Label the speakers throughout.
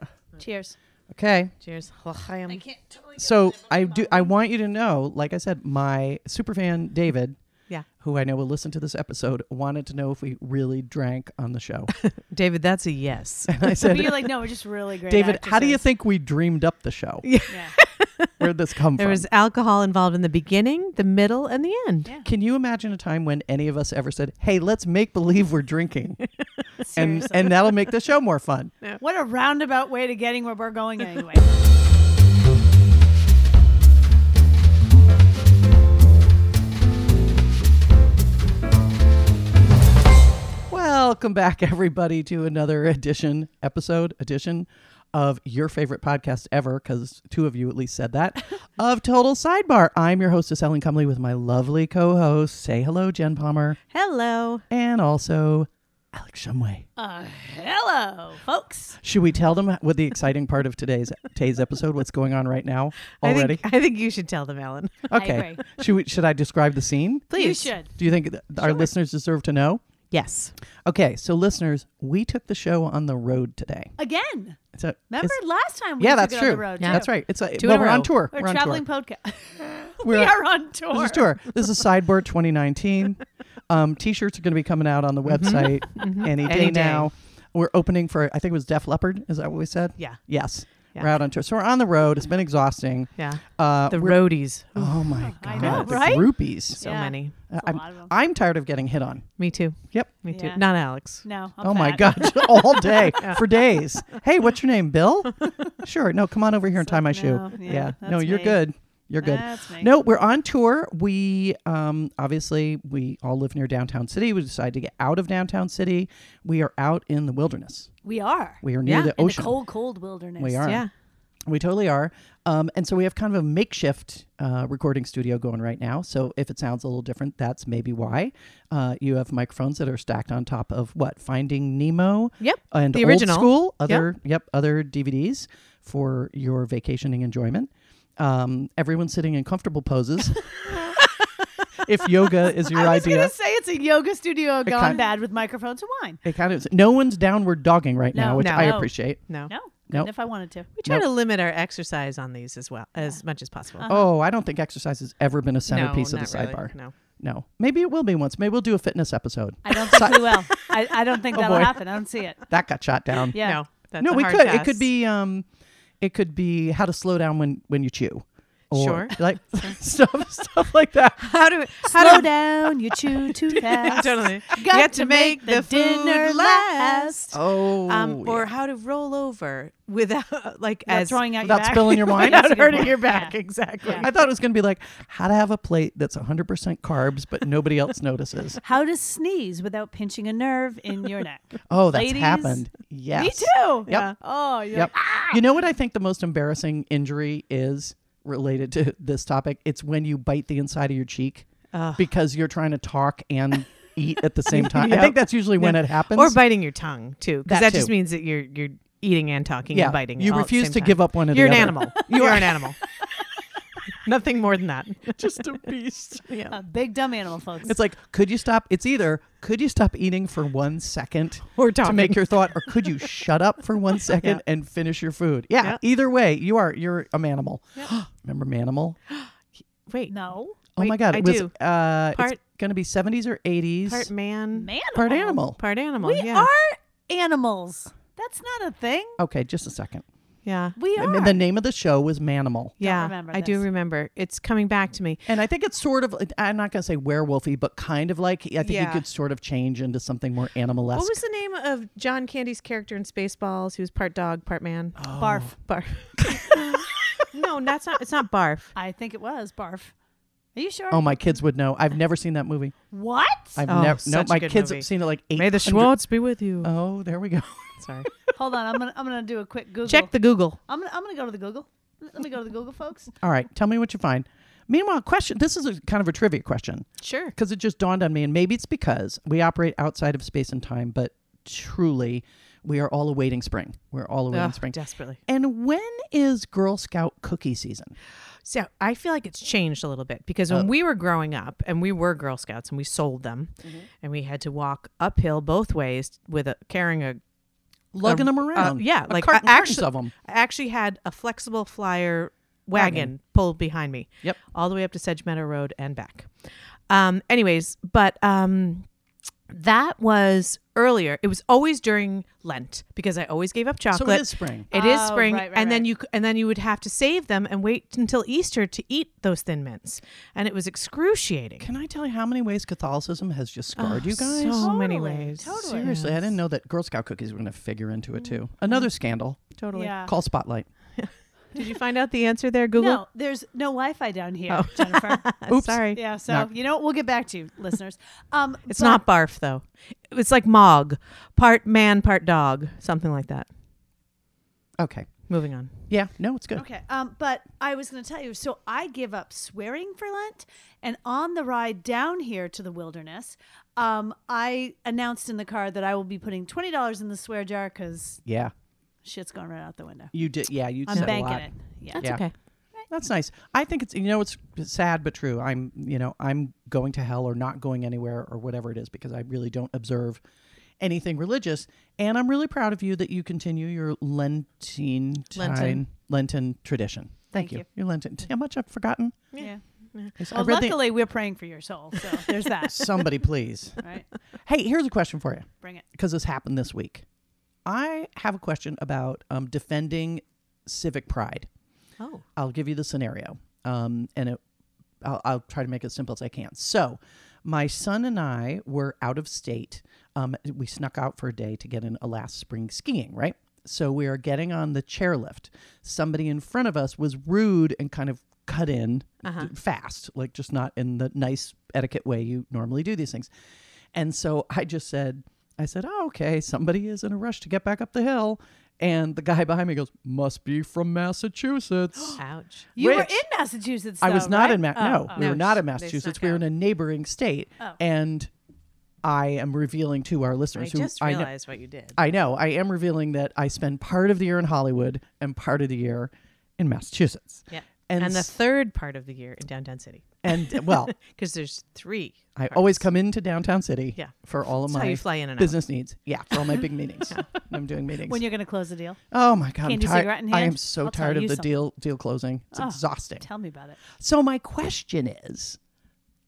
Speaker 1: Cheers.
Speaker 2: Okay.
Speaker 3: Cheers. L'chaim.
Speaker 1: can't totally.
Speaker 2: So I do. I want you to know, like I said, my super fan David,
Speaker 3: Yeah.
Speaker 2: who I know will listen to this episode, wanted to know if we really drank on the show.
Speaker 3: David, that's a yes.
Speaker 2: And I
Speaker 1: But
Speaker 2: said,
Speaker 1: you're like, no, we're just really great.
Speaker 2: David, how do you
Speaker 1: actresses."
Speaker 2: think we dreamed up the show?
Speaker 1: Yeah.
Speaker 2: Where'd this come
Speaker 3: there
Speaker 2: from?
Speaker 3: was alcohol involved in the beginning, the middle, and the end.
Speaker 1: Yeah.
Speaker 2: Can you imagine a time when any of us ever said, "Hey, let's make believe we're drinking," and
Speaker 1: Seriously.
Speaker 2: and that'll make the show more fun?
Speaker 1: what a roundabout way to getting where we're going anyway.
Speaker 2: Welcome back, everybody, to another edition, episode, edition of your favorite podcast ever, because two of you at least said that, of Total Sidebar. I'm your hostess, Ellen Cumley, with my lovely co host. Say hello, Jen Palmer,
Speaker 3: Hello.
Speaker 2: and also Alex Shumway.
Speaker 1: uh, hello, folks.
Speaker 2: Should we tell them what the exciting part of today's today's episode, what's going on right now already?
Speaker 3: I think, I think you should tell them, Ellen.
Speaker 2: okay.
Speaker 1: agree.
Speaker 2: Should, we, should I describe the scene?
Speaker 1: You
Speaker 3: Please.
Speaker 1: should.
Speaker 2: Do you think th- our listeners deserve to know?
Speaker 3: Yes.
Speaker 2: Okay, so listeners, we took the show on the road today.
Speaker 1: Again.
Speaker 2: So
Speaker 1: Remember
Speaker 2: it's-
Speaker 1: last time we
Speaker 2: yeah,
Speaker 1: used to
Speaker 2: that's
Speaker 1: get
Speaker 2: true.
Speaker 1: on the road.
Speaker 3: Yeah.
Speaker 1: too.
Speaker 2: That's right. It's like,
Speaker 3: Two
Speaker 2: well,
Speaker 3: in a
Speaker 2: we're
Speaker 3: row.
Speaker 2: on tour.
Speaker 1: We're,
Speaker 2: on
Speaker 1: traveling
Speaker 2: tour.
Speaker 1: podcast. we
Speaker 2: We're on-
Speaker 1: are on tour.
Speaker 2: This is tour. This is Sideboard 2019. Um, t-shirts are going to be coming out on the
Speaker 1: Mm-hmm.
Speaker 2: website any day
Speaker 3: Any day.
Speaker 2: now. We're opening for I think it was Def Leppard. Is that what we said?
Speaker 3: Yeah.
Speaker 2: Yes.
Speaker 3: Yeah.
Speaker 2: We're out on tour, so we're on the road. It's been exhausting.
Speaker 3: Yeah.
Speaker 2: Uh,
Speaker 3: The
Speaker 2: we're-
Speaker 3: roadies.
Speaker 2: Oh my god!
Speaker 1: I know,
Speaker 2: the
Speaker 1: right?
Speaker 2: Groupies.
Speaker 3: So
Speaker 1: Yeah.
Speaker 3: many.
Speaker 2: Uh,
Speaker 1: a lot of
Speaker 2: I'm,
Speaker 1: them.
Speaker 2: I'm tired of getting hit on.
Speaker 3: Me too.
Speaker 2: Yep.
Speaker 3: Me too.
Speaker 1: Yeah.
Speaker 3: Not Alex.
Speaker 1: No. I'm
Speaker 2: oh my
Speaker 1: fat.
Speaker 2: god! All day for days. Hey, what's your name, Bill? sure. No, come on over here and
Speaker 1: It's
Speaker 2: tie
Speaker 1: like,
Speaker 2: my shoe.
Speaker 1: no, yeah,
Speaker 2: no,
Speaker 1: that's
Speaker 2: you're
Speaker 1: me.
Speaker 2: good. You're good.
Speaker 1: That's me.
Speaker 2: No, we're on tour. We um, obviously we all live near downtown city. We decided to get out of downtown city. We are out in the wilderness.
Speaker 1: We are.
Speaker 2: We are near
Speaker 3: Yeah,
Speaker 2: the
Speaker 1: in
Speaker 2: ocean.
Speaker 1: the cold, cold wilderness.
Speaker 2: We are.
Speaker 3: Yeah.
Speaker 2: We totally are. Um, and so we have kind of a makeshift uh, recording studio going right now. So if it sounds a little different, that's maybe why. Uh, you have microphones that are stacked on top of what Finding Nemo.
Speaker 3: Yep.
Speaker 2: And
Speaker 3: The
Speaker 2: Old
Speaker 3: original.
Speaker 2: school other yep. other DVDs for your vacationing enjoyment. Um, everyone's sitting in comfortable poses. if yoga is your
Speaker 1: I was
Speaker 2: idea,
Speaker 1: gonna say it's a yoga studio gone
Speaker 2: kind-
Speaker 1: bad with microphones and wine.
Speaker 2: it kind of no one's downward dogging right now,
Speaker 1: No,
Speaker 2: which
Speaker 3: no.
Speaker 2: I
Speaker 3: No.
Speaker 2: appreciate.
Speaker 3: No.
Speaker 1: No,
Speaker 2: No.
Speaker 1: if I wanted to.
Speaker 3: We try
Speaker 2: Nope.
Speaker 3: to limit our exercise on these as well, as much as possible.
Speaker 1: Uh-huh.
Speaker 2: Oh, I don't think exercise has ever been a
Speaker 3: Uh-huh. no,
Speaker 2: centerpiece of
Speaker 3: not
Speaker 2: the
Speaker 3: really.
Speaker 2: sidebar.
Speaker 3: No.
Speaker 2: No. Maybe it will be once. Maybe we'll do a fitness episode.
Speaker 1: I don't think we will. I, I don't think that'll
Speaker 2: Oh, boy.
Speaker 1: happen. I don't see it.
Speaker 2: That got shot down.
Speaker 1: Yeah.
Speaker 3: No. That's
Speaker 2: no,
Speaker 3: a
Speaker 2: we
Speaker 3: hard
Speaker 2: could. It
Speaker 3: pass.
Speaker 2: could be um it could be how to slow down when when you chew. Or
Speaker 3: Sure.
Speaker 2: like stuff stuff like that.
Speaker 3: How do how
Speaker 1: Slow
Speaker 3: do
Speaker 1: down, you chew too fast.
Speaker 3: totally
Speaker 1: Got to make the dinner last.
Speaker 2: Oh.
Speaker 3: Um, or
Speaker 2: yeah.
Speaker 3: how to roll over without like
Speaker 1: Without
Speaker 3: as
Speaker 1: throwing out
Speaker 2: without
Speaker 1: your back.
Speaker 2: spilling your wine?
Speaker 1: That's a
Speaker 3: without
Speaker 1: good
Speaker 3: hurting
Speaker 1: point.
Speaker 3: your back.
Speaker 1: Yeah.
Speaker 3: Exactly.
Speaker 1: Yeah.
Speaker 2: I thought it was going to be like how to have a plate that's 100% carbs but nobody else notices.
Speaker 1: How to sneeze without pinching a nerve in your neck.
Speaker 2: Oh, that's
Speaker 1: Ladies,
Speaker 2: happened. Yes.
Speaker 1: Me too.
Speaker 2: Yeah.
Speaker 1: Oh, you're
Speaker 2: Yep. You know what I think the most embarrassing injury is related to this topic? It's when you bite the inside of your cheek because you're trying to talk and eat at the same time. I think that's usually when it happens.
Speaker 3: Or biting your tongue too, because
Speaker 2: That
Speaker 3: that, just
Speaker 2: too.
Speaker 3: means that you're you're eating and talking
Speaker 2: Yeah,
Speaker 3: and biting.
Speaker 2: you
Speaker 3: all at the
Speaker 2: refuse
Speaker 3: same
Speaker 2: to
Speaker 3: time.
Speaker 2: give up one or the
Speaker 3: You're an
Speaker 2: other.
Speaker 3: animal. you are an animal. Nothing more than that.
Speaker 2: just a beast.
Speaker 1: a Uh, big dumb animal, folks.
Speaker 2: It's like, could you stop? It's either could you stop eating for one second
Speaker 3: Or
Speaker 2: to make
Speaker 3: talking.
Speaker 2: your thought, or could you shut up for one second
Speaker 3: Yeah.
Speaker 2: and finish your food? Yeah,
Speaker 3: Yeah.
Speaker 2: Either way, you are you're a manimal. Remember manimal?
Speaker 3: Wait,
Speaker 1: no.
Speaker 2: Oh
Speaker 3: Wait,
Speaker 2: my god!
Speaker 3: I
Speaker 2: it was,
Speaker 3: do.
Speaker 2: Uh, it's
Speaker 3: Part-
Speaker 2: gonna be seventies or eighties.
Speaker 3: part man,
Speaker 1: Man. oh,
Speaker 2: part animal.
Speaker 3: part animal.
Speaker 1: We
Speaker 3: yeah.
Speaker 1: are animals. That's not a thing.
Speaker 2: Okay, just a second.
Speaker 3: Yeah.
Speaker 1: We
Speaker 2: I
Speaker 1: are.
Speaker 2: mean, the name of the show was Manimal.
Speaker 3: yeah,
Speaker 1: remember
Speaker 3: I do
Speaker 1: this.
Speaker 3: remember. It's coming back to me.
Speaker 2: And I think it's sort of, I'm not going to say werewolfy, but kind of like, I think you
Speaker 3: Yeah.
Speaker 2: could sort of change into something more animal
Speaker 3: What was the name of John Candy's character in Spaceballs? He was part dog, part man.
Speaker 2: Oh.
Speaker 1: barf.
Speaker 3: Barf. no, that's not. It's not barf.
Speaker 1: I think it was barf. Are you sure?
Speaker 2: Oh, my kids would know. I've never seen that movie.
Speaker 1: what?
Speaker 2: I've
Speaker 3: Oh,
Speaker 2: never, no,
Speaker 3: such a
Speaker 2: my
Speaker 3: good
Speaker 2: kids
Speaker 3: movie.
Speaker 2: have seen it like eight.
Speaker 3: May the Schwartz be with you.
Speaker 2: Oh, there we go.
Speaker 3: Sorry.
Speaker 1: Hold on. I'm gonna I'm gonna do a quick Google.
Speaker 3: Check the Google.
Speaker 1: I'm gonna I'm gonna go to the Google. Let me go to the Google, folks.
Speaker 2: All right, tell me what you find. Meanwhile, question this is a kind of a trivia question
Speaker 3: Sure.
Speaker 2: because it just dawned on me, and maybe it's because we operate outside of space and time, but truly, we are all awaiting spring. We're all awaiting spring.
Speaker 3: desperately.
Speaker 2: And when is Girl Scout cookie season?
Speaker 3: So I feel like it's changed a little bit because when we were growing up and we were Girl Scouts Mm-hmm. and we sold them, and we had to walk uphill both ways with a carrying a
Speaker 2: lugging
Speaker 3: a-
Speaker 2: them
Speaker 3: uh,
Speaker 2: around.
Speaker 3: yeah,
Speaker 2: A
Speaker 3: like I
Speaker 2: carton
Speaker 3: actually,
Speaker 2: full of 'em.
Speaker 3: I actually had a flexible flyer wagon pulled behind me.
Speaker 2: Yep.
Speaker 3: all the way up to Sedge Meadow Road and back. Um, anyways, but um, that was earlier. It was always during Lent because I always gave up
Speaker 2: So
Speaker 3: chocolate.
Speaker 2: it is spring.
Speaker 3: It is
Speaker 1: Oh,
Speaker 3: spring,
Speaker 1: right, right,
Speaker 3: and then
Speaker 1: right.
Speaker 3: you c- and then you would have to save them and wait until Easter to eat those thin mints, and it was excruciating.
Speaker 2: Can I tell you how many ways Catholicism has just scarred you guys? Oh,
Speaker 3: so many
Speaker 1: Totally,
Speaker 3: ways.
Speaker 1: totally.
Speaker 2: Ah, Seriously, I didn't know that Girl Scout cookies were going to figure into it too. Another scandal.
Speaker 3: Totally.
Speaker 1: Yeah.
Speaker 2: Call Spotlight.
Speaker 3: Did you find out the answer there, Google?
Speaker 1: No, there's no Wi-Fi down here, Jennifer.
Speaker 2: Oops.
Speaker 3: Sorry.
Speaker 1: yeah, so
Speaker 2: Oh. No.
Speaker 1: you know what? we'll get back to you, listeners. Um,
Speaker 3: It's
Speaker 1: but-
Speaker 3: not barf though. It's like mog, part man, part dog, something like that.
Speaker 2: Okay.
Speaker 3: Moving on.
Speaker 2: Yeah. No, it's good.
Speaker 1: Okay. Um, but I was going to tell you. So I give up swearing for Lent, and on the ride down here to the wilderness, um, I announced in the car that I will be putting twenty dollars in the swear jar because
Speaker 2: Yeah.
Speaker 1: shit's going right out the window.
Speaker 2: You did. Yeah. You
Speaker 1: I'm
Speaker 2: said a
Speaker 1: banking
Speaker 2: lot.
Speaker 1: it. Yeah.
Speaker 2: Yeah.
Speaker 3: okay.
Speaker 2: That's nice. I think it's you know it's sad but true. I'm you know I'm going to hell or not going anywhere or whatever it is because I really don't observe anything religious. And I'm really proud of you that you continue your Lenten
Speaker 3: Lenten.
Speaker 2: Lenten tradition. Thank,
Speaker 1: Thank
Speaker 2: you.
Speaker 1: you.
Speaker 2: Your Lenten. See How much I've forgotten.
Speaker 1: Yeah.
Speaker 2: Yes, I
Speaker 1: Well,
Speaker 2: read the-
Speaker 1: luckily, we're praying for your soul, so there's that.
Speaker 2: somebody please.
Speaker 1: right.
Speaker 2: Hey, here's a question for you
Speaker 1: Bring it.
Speaker 2: because this happened this week. I have a question about um, defending civic pride.
Speaker 3: Oh.
Speaker 2: I'll give you the scenario, um, and it, I'll, I'll try to make it as simple as I can. So, my son and I were out of state. Um, we snuck out for a day to get in a last spring skiing, right? So we are getting on the chairlift. Somebody in front of us was rude and kind of cut in d- fast, like just not in the nice etiquette way you normally do these things. And so I just said, I said, oh, okay, somebody is in a rush to get back up the hill. And the guy behind me goes, must be from Massachusetts.
Speaker 3: Ouch.
Speaker 1: You were
Speaker 2: Which-
Speaker 1: in Massachusetts.
Speaker 2: I was
Speaker 1: though,
Speaker 2: not
Speaker 1: right?
Speaker 2: in Ma-
Speaker 1: Oh,
Speaker 2: no,
Speaker 1: oh.
Speaker 2: we were
Speaker 3: No,
Speaker 2: not in
Speaker 3: they
Speaker 2: Massachusetts.
Speaker 3: snuck
Speaker 2: We were in
Speaker 3: out.
Speaker 2: a neighboring state,
Speaker 1: Oh.
Speaker 2: and I am revealing to our listeners who I know,
Speaker 3: what you did.
Speaker 2: I know I am revealing that I spend part of the year in Hollywood and part of the year in Massachusetts.
Speaker 3: yeah.
Speaker 2: And
Speaker 3: And, the
Speaker 2: s-
Speaker 3: third part of the year in downtown city,
Speaker 2: And well,
Speaker 3: because there's three.
Speaker 2: I always come into downtown city
Speaker 3: Yeah.
Speaker 2: for all of
Speaker 3: That's how
Speaker 2: my
Speaker 3: you fly in and out.
Speaker 2: business needs. Yeah, for all my big meetings. I'm doing meetings.
Speaker 1: When you're going to close the deal,
Speaker 2: oh my god, I'm
Speaker 1: Candy
Speaker 2: tired.
Speaker 1: cigarette in
Speaker 2: I
Speaker 1: hand?
Speaker 2: am so
Speaker 1: I'll tell
Speaker 2: tired of
Speaker 1: you
Speaker 2: the
Speaker 1: something.
Speaker 2: deal deal closing. It's
Speaker 1: Oh,
Speaker 2: exhausting.
Speaker 1: tell me about it.
Speaker 2: So my question is,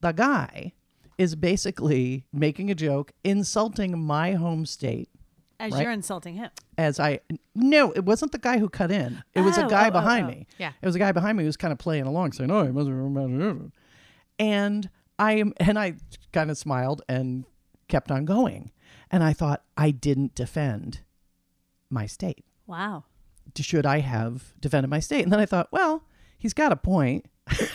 Speaker 2: the guy is basically making a joke, insulting my home state
Speaker 1: As
Speaker 2: Right.
Speaker 1: you're insulting him.
Speaker 2: as I no, it wasn't the guy who cut in. It was a
Speaker 1: Oh,
Speaker 2: guy
Speaker 1: oh, oh,
Speaker 2: behind
Speaker 1: oh.
Speaker 2: me.
Speaker 3: Yeah.
Speaker 2: It was a guy behind me who was kind of playing along saying, "Oh, it must be from Massachusetts." And I am and I kind of smiled and kept on going. And I thought I didn't defend my state
Speaker 1: Wow.
Speaker 2: should I have defended my state? And then I thought, well, he's got a point.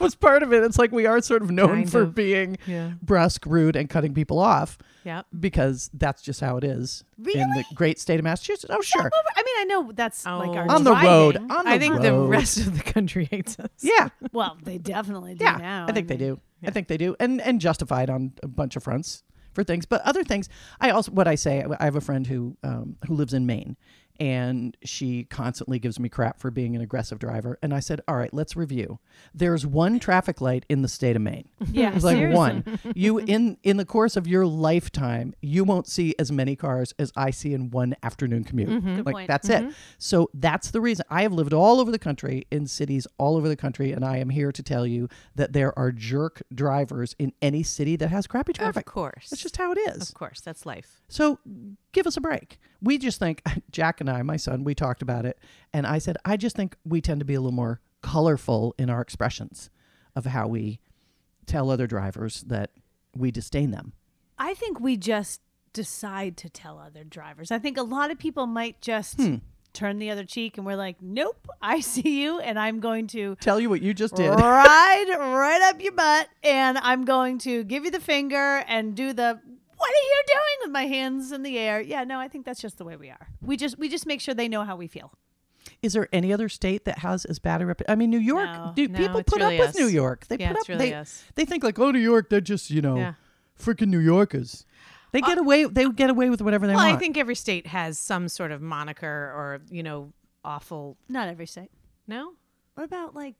Speaker 2: was part of it. It's like we are sort of known
Speaker 3: Kind
Speaker 2: for
Speaker 3: of.
Speaker 2: being
Speaker 3: Yeah.
Speaker 2: brusque, rude, and cutting people off
Speaker 3: Yeah.
Speaker 2: because that's just how it is in the
Speaker 1: Really?
Speaker 2: great state of Massachusetts. Oh, sure.
Speaker 1: I mean, I know that's like our
Speaker 3: Oh.
Speaker 2: On the road.
Speaker 1: driving.
Speaker 2: On the
Speaker 3: I think
Speaker 2: road.
Speaker 3: the rest of the country hates us.
Speaker 2: Yeah.
Speaker 1: Well, they definitely do
Speaker 2: Yeah.
Speaker 1: now.
Speaker 2: I think they
Speaker 1: mean-
Speaker 2: do. I think they do. And and justified on a bunch of fronts for things. But other things, I also, what I say, I have a friend who, um, who lives in Maine and she constantly gives me crap for being an aggressive driver. And I said, all right, let's review. There's one traffic light in the state of Maine.
Speaker 1: Yeah,
Speaker 2: It's like
Speaker 1: seriously.
Speaker 2: one. You in in the course of your lifetime, you won't see as many cars as I see in one afternoon commute.
Speaker 1: Mm-hmm. Good
Speaker 2: Like
Speaker 1: point.
Speaker 2: that's it. So that's the reason I have lived all over the country in cities all over the country, and I am here to tell you that there are jerk drivers in any city that has crappy
Speaker 3: Of
Speaker 2: traffic.
Speaker 3: course.
Speaker 2: That's just how it is.
Speaker 3: Of course. That's life.
Speaker 2: So give us a break. We just think, Jack and I, my son, we talked about it. And I said, I just think we tend to be a little more colorful in our expressions of how we tell other drivers that we disdain them.
Speaker 1: I think we just decide to tell other drivers. I think a lot of people might just
Speaker 2: Hmm.
Speaker 1: turn the other cheek and we're like, nope, I see you and I'm going to
Speaker 2: Tell you what you just did.
Speaker 1: ride right up your butt and I'm going to give you the finger and do the what are you doing with my hands in the air? Yeah, no, I think that's just the way we are. We just we just make sure they know how we feel.
Speaker 2: Is there any other state that has as bad a rep? I mean, New York.
Speaker 1: No.
Speaker 2: do,
Speaker 3: No,
Speaker 2: people
Speaker 3: it's
Speaker 2: put
Speaker 3: really
Speaker 2: up
Speaker 3: us.
Speaker 2: with New York. They
Speaker 3: Yeah,
Speaker 2: put
Speaker 3: it's
Speaker 2: up.
Speaker 3: really
Speaker 2: they,
Speaker 3: us.
Speaker 2: they think like, oh, New York, they're just you know,
Speaker 3: Yeah. Uh,
Speaker 2: freaking New Yorkers. They get away. They get away with whatever they
Speaker 3: Well,
Speaker 2: want.
Speaker 3: I think every state has some sort of moniker or, you know, awful.
Speaker 1: Not every state.
Speaker 3: No?
Speaker 1: What about like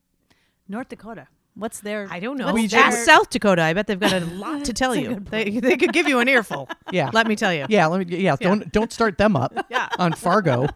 Speaker 1: North Dakota? What's their?
Speaker 3: I don't know.
Speaker 1: what's
Speaker 2: We
Speaker 3: Ask
Speaker 1: their-
Speaker 3: South Dakota. I bet they've got a lot to tell you. They, they could give you an earful.
Speaker 2: Yeah.
Speaker 3: Let me tell you.
Speaker 2: yeah, let me. Yeah, don't don't start them up
Speaker 3: Yeah.
Speaker 2: on Fargo.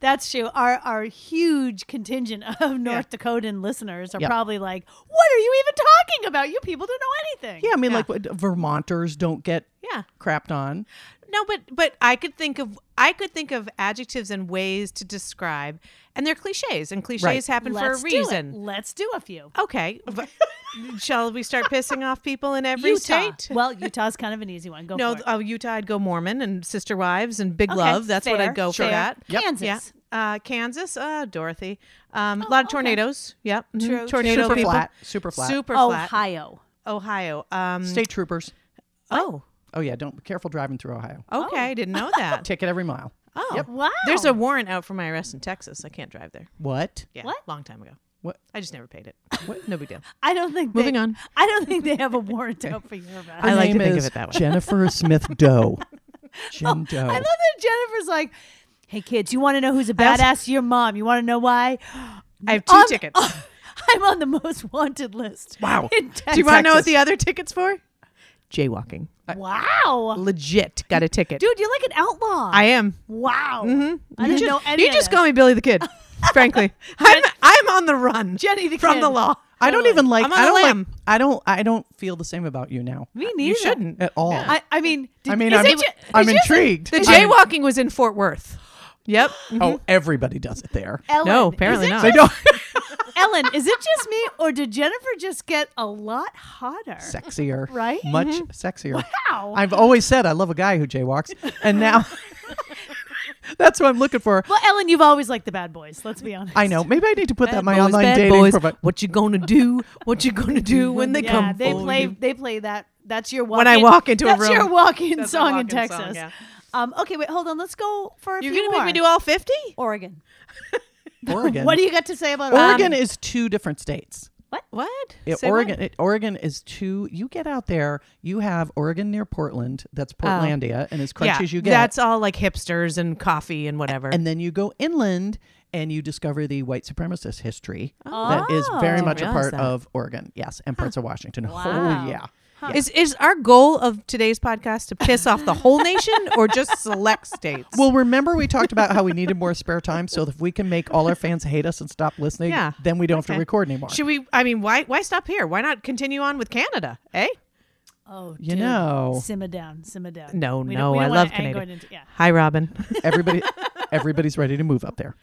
Speaker 1: That's true. Our our huge contingent of North Dakotan listeners are
Speaker 2: Yep.
Speaker 1: probably like, "What are you even talking about? You people don't know anything."
Speaker 2: Yeah, I mean, like what- Vermonters don't get
Speaker 3: Yeah.
Speaker 2: crapped on.
Speaker 3: No, but but I could think of I could think of adjectives and ways to describe, and they're cliches, and cliches
Speaker 2: Right.
Speaker 3: happen
Speaker 1: Let's
Speaker 3: for a
Speaker 1: do it.
Speaker 3: reason.
Speaker 1: Let's do a few.
Speaker 3: Okay, but shall we start pissing off people in every
Speaker 1: Utah.
Speaker 3: state?
Speaker 1: Well, Utah's kind of an easy one. Go
Speaker 3: no,
Speaker 1: for it.
Speaker 3: oh, Utah. I'd go Mormon and sister wives and big
Speaker 1: Okay,
Speaker 3: love. That's what
Speaker 1: fair,
Speaker 3: I'd go
Speaker 1: fair.
Speaker 3: for. That
Speaker 1: Kansas.
Speaker 3: Yeah. Uh, Kansas, uh, Dorothy. Um, a lot
Speaker 1: Oh,
Speaker 3: of
Speaker 1: okay.
Speaker 3: tornadoes. Yep. mhm.
Speaker 1: True,
Speaker 3: Tornado
Speaker 2: super
Speaker 3: people.
Speaker 2: flat. Super flat.
Speaker 3: Super flat.
Speaker 1: Ohio.
Speaker 3: Ohio. Um,
Speaker 2: State troopers.
Speaker 3: oh,
Speaker 2: Oh yeah, don't careful driving through Ohio.
Speaker 3: okay. I didn't know that.
Speaker 2: Ticket every mile.
Speaker 3: Oh,
Speaker 1: oh. Wow.
Speaker 3: there's a warrant out for my arrest in Texas. I can't drive there.
Speaker 2: What?
Speaker 3: Yeah.
Speaker 1: What?
Speaker 3: Long time ago.
Speaker 2: What?
Speaker 3: I just never paid it. No big deal.
Speaker 1: I don't think.
Speaker 3: Moving
Speaker 1: they,
Speaker 3: on.
Speaker 1: I don't think they have a warrant out for you.
Speaker 2: Her
Speaker 3: I like to
Speaker 2: name
Speaker 3: think of
Speaker 2: is
Speaker 3: it that way.
Speaker 2: Jennifer Smith Doe. Jim Doe.
Speaker 1: I love that Jennifer's like, "Hey kids, you want to know who's a
Speaker 3: Oh. I also-
Speaker 1: badass? Your mom. You want to know why?
Speaker 3: I have two
Speaker 1: I'm-
Speaker 3: tickets.
Speaker 1: I'm on the most wanted list.
Speaker 2: Wow.
Speaker 1: in
Speaker 3: Do you want to
Speaker 1: Texas.
Speaker 3: know what
Speaker 1: Uh,
Speaker 3: the other ticket's for? Jaywalking.
Speaker 1: wow,
Speaker 3: Legit got a ticket.
Speaker 1: dude, you're like an outlaw.
Speaker 3: I Mm-hmm. am.
Speaker 1: wow. I
Speaker 3: you
Speaker 1: didn't
Speaker 3: just,
Speaker 1: know any
Speaker 3: you
Speaker 1: of
Speaker 3: just
Speaker 1: this.
Speaker 3: call me Billy the Kid. Frankly, I'm I'm on the run.
Speaker 1: Jenny the
Speaker 3: from
Speaker 1: Kid.
Speaker 3: the law.
Speaker 2: I don't even like.
Speaker 3: I'm on
Speaker 2: I
Speaker 3: a
Speaker 2: don't like.
Speaker 3: lamb.
Speaker 2: I don't. I don't feel the same about you now
Speaker 1: Me neither.
Speaker 3: You shouldn't.
Speaker 2: at all. I,
Speaker 1: I, I mean, did,
Speaker 2: mean,
Speaker 1: is
Speaker 2: I'm,
Speaker 1: it ju-
Speaker 2: I'm
Speaker 1: is yours-
Speaker 2: intrigued.
Speaker 3: The
Speaker 2: I'm-
Speaker 3: jaywalking was in Fort Worth. Yep.
Speaker 2: Oh, everybody does it there.
Speaker 1: Ellen,
Speaker 3: No,
Speaker 1: is
Speaker 3: apparently
Speaker 1: it
Speaker 3: not.
Speaker 2: They don't.
Speaker 1: ju- Ellen, is it just me, or did Jennifer just get a lot hotter?
Speaker 2: sexier,
Speaker 1: Right?
Speaker 2: Much sexier.
Speaker 1: Wow.
Speaker 2: I've always said I love a guy who jaywalks, and now that's what I'm looking for.
Speaker 1: Well, Ellen, you've always liked the bad boys. Let's be honest.
Speaker 2: I know. Maybe I need to put that in my
Speaker 3: Boys,
Speaker 2: online
Speaker 3: bad
Speaker 2: dating
Speaker 3: boys,
Speaker 2: provi-
Speaker 3: What you gonna do? What you gonna do when they
Speaker 1: yeah,
Speaker 3: come?
Speaker 1: they
Speaker 3: for
Speaker 1: play.
Speaker 3: you?
Speaker 1: They play that. That's your walk
Speaker 3: When I
Speaker 1: in-
Speaker 3: walk into a
Speaker 1: that's
Speaker 3: room.
Speaker 1: your walk-in
Speaker 3: That's my
Speaker 1: song in
Speaker 3: walk-in
Speaker 1: Texas.
Speaker 3: song, yeah.
Speaker 1: Um. Okay. Wait. Hold on. Let's go for a
Speaker 3: You're
Speaker 1: few
Speaker 3: gonna
Speaker 1: more.
Speaker 3: make me do all fifty?
Speaker 1: Oregon.
Speaker 2: Oregon.
Speaker 1: What do you got to say about Um, Oregon?
Speaker 2: Oregon is two different states.
Speaker 3: What?
Speaker 2: It-
Speaker 3: um, Say what?
Speaker 2: Oregon, it- Oregon is two. You get out there, you have Oregon near Portland. That's Portlandia, and as crunch
Speaker 3: Oh. yeah,
Speaker 2: as you get.
Speaker 3: That's all like hipsters and coffee and whatever.
Speaker 2: and then you go inland and you discover the white supremacist history that is very
Speaker 3: Didn't
Speaker 2: much a
Speaker 3: realize
Speaker 2: part
Speaker 3: that.
Speaker 2: of Oregon, yes, and parts of Washington.
Speaker 1: Wow.
Speaker 2: Oh yeah,
Speaker 3: Is is our goal of today's podcast to piss off the whole nation or just select states?
Speaker 2: Well, remember we talked about how we needed more spare time. So if we can make all our fans hate us and stop listening,
Speaker 3: Yeah.
Speaker 2: then we don't have
Speaker 3: Okay.
Speaker 2: to record anymore.
Speaker 3: should we? I mean, why why stop here? Why not continue on with Canada? Eh?
Speaker 1: Oh,
Speaker 2: You know.
Speaker 1: simmer down, simmer down.
Speaker 3: No,
Speaker 1: We don't-
Speaker 3: no,
Speaker 1: we don't
Speaker 3: I
Speaker 1: wanna
Speaker 3: love
Speaker 1: ang-
Speaker 3: Canada.
Speaker 1: going into- yeah.
Speaker 3: Hi, Robin.
Speaker 2: Everybody, everybody's ready to move up there.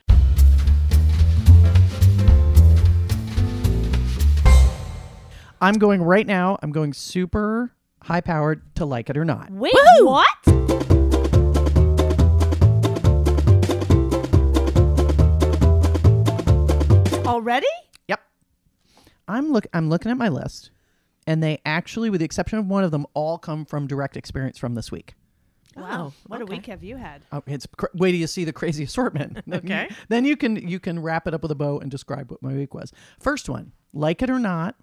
Speaker 2: I'm going right now. I'm going super high powered to like it or not.
Speaker 1: Wait, what? Already?
Speaker 2: Yep. I'm look I'm looking at my list and they actually with the exception of one of them all come from direct experience from this week.
Speaker 1: Wow, what
Speaker 3: Oh, okay.
Speaker 1: a week have you had?
Speaker 2: Oh, it's cr- wait till you see the crazy assortment. Then you-
Speaker 3: Okay.
Speaker 2: then you can you can wrap it up with a bow and describe what my week was. First one, like it or not,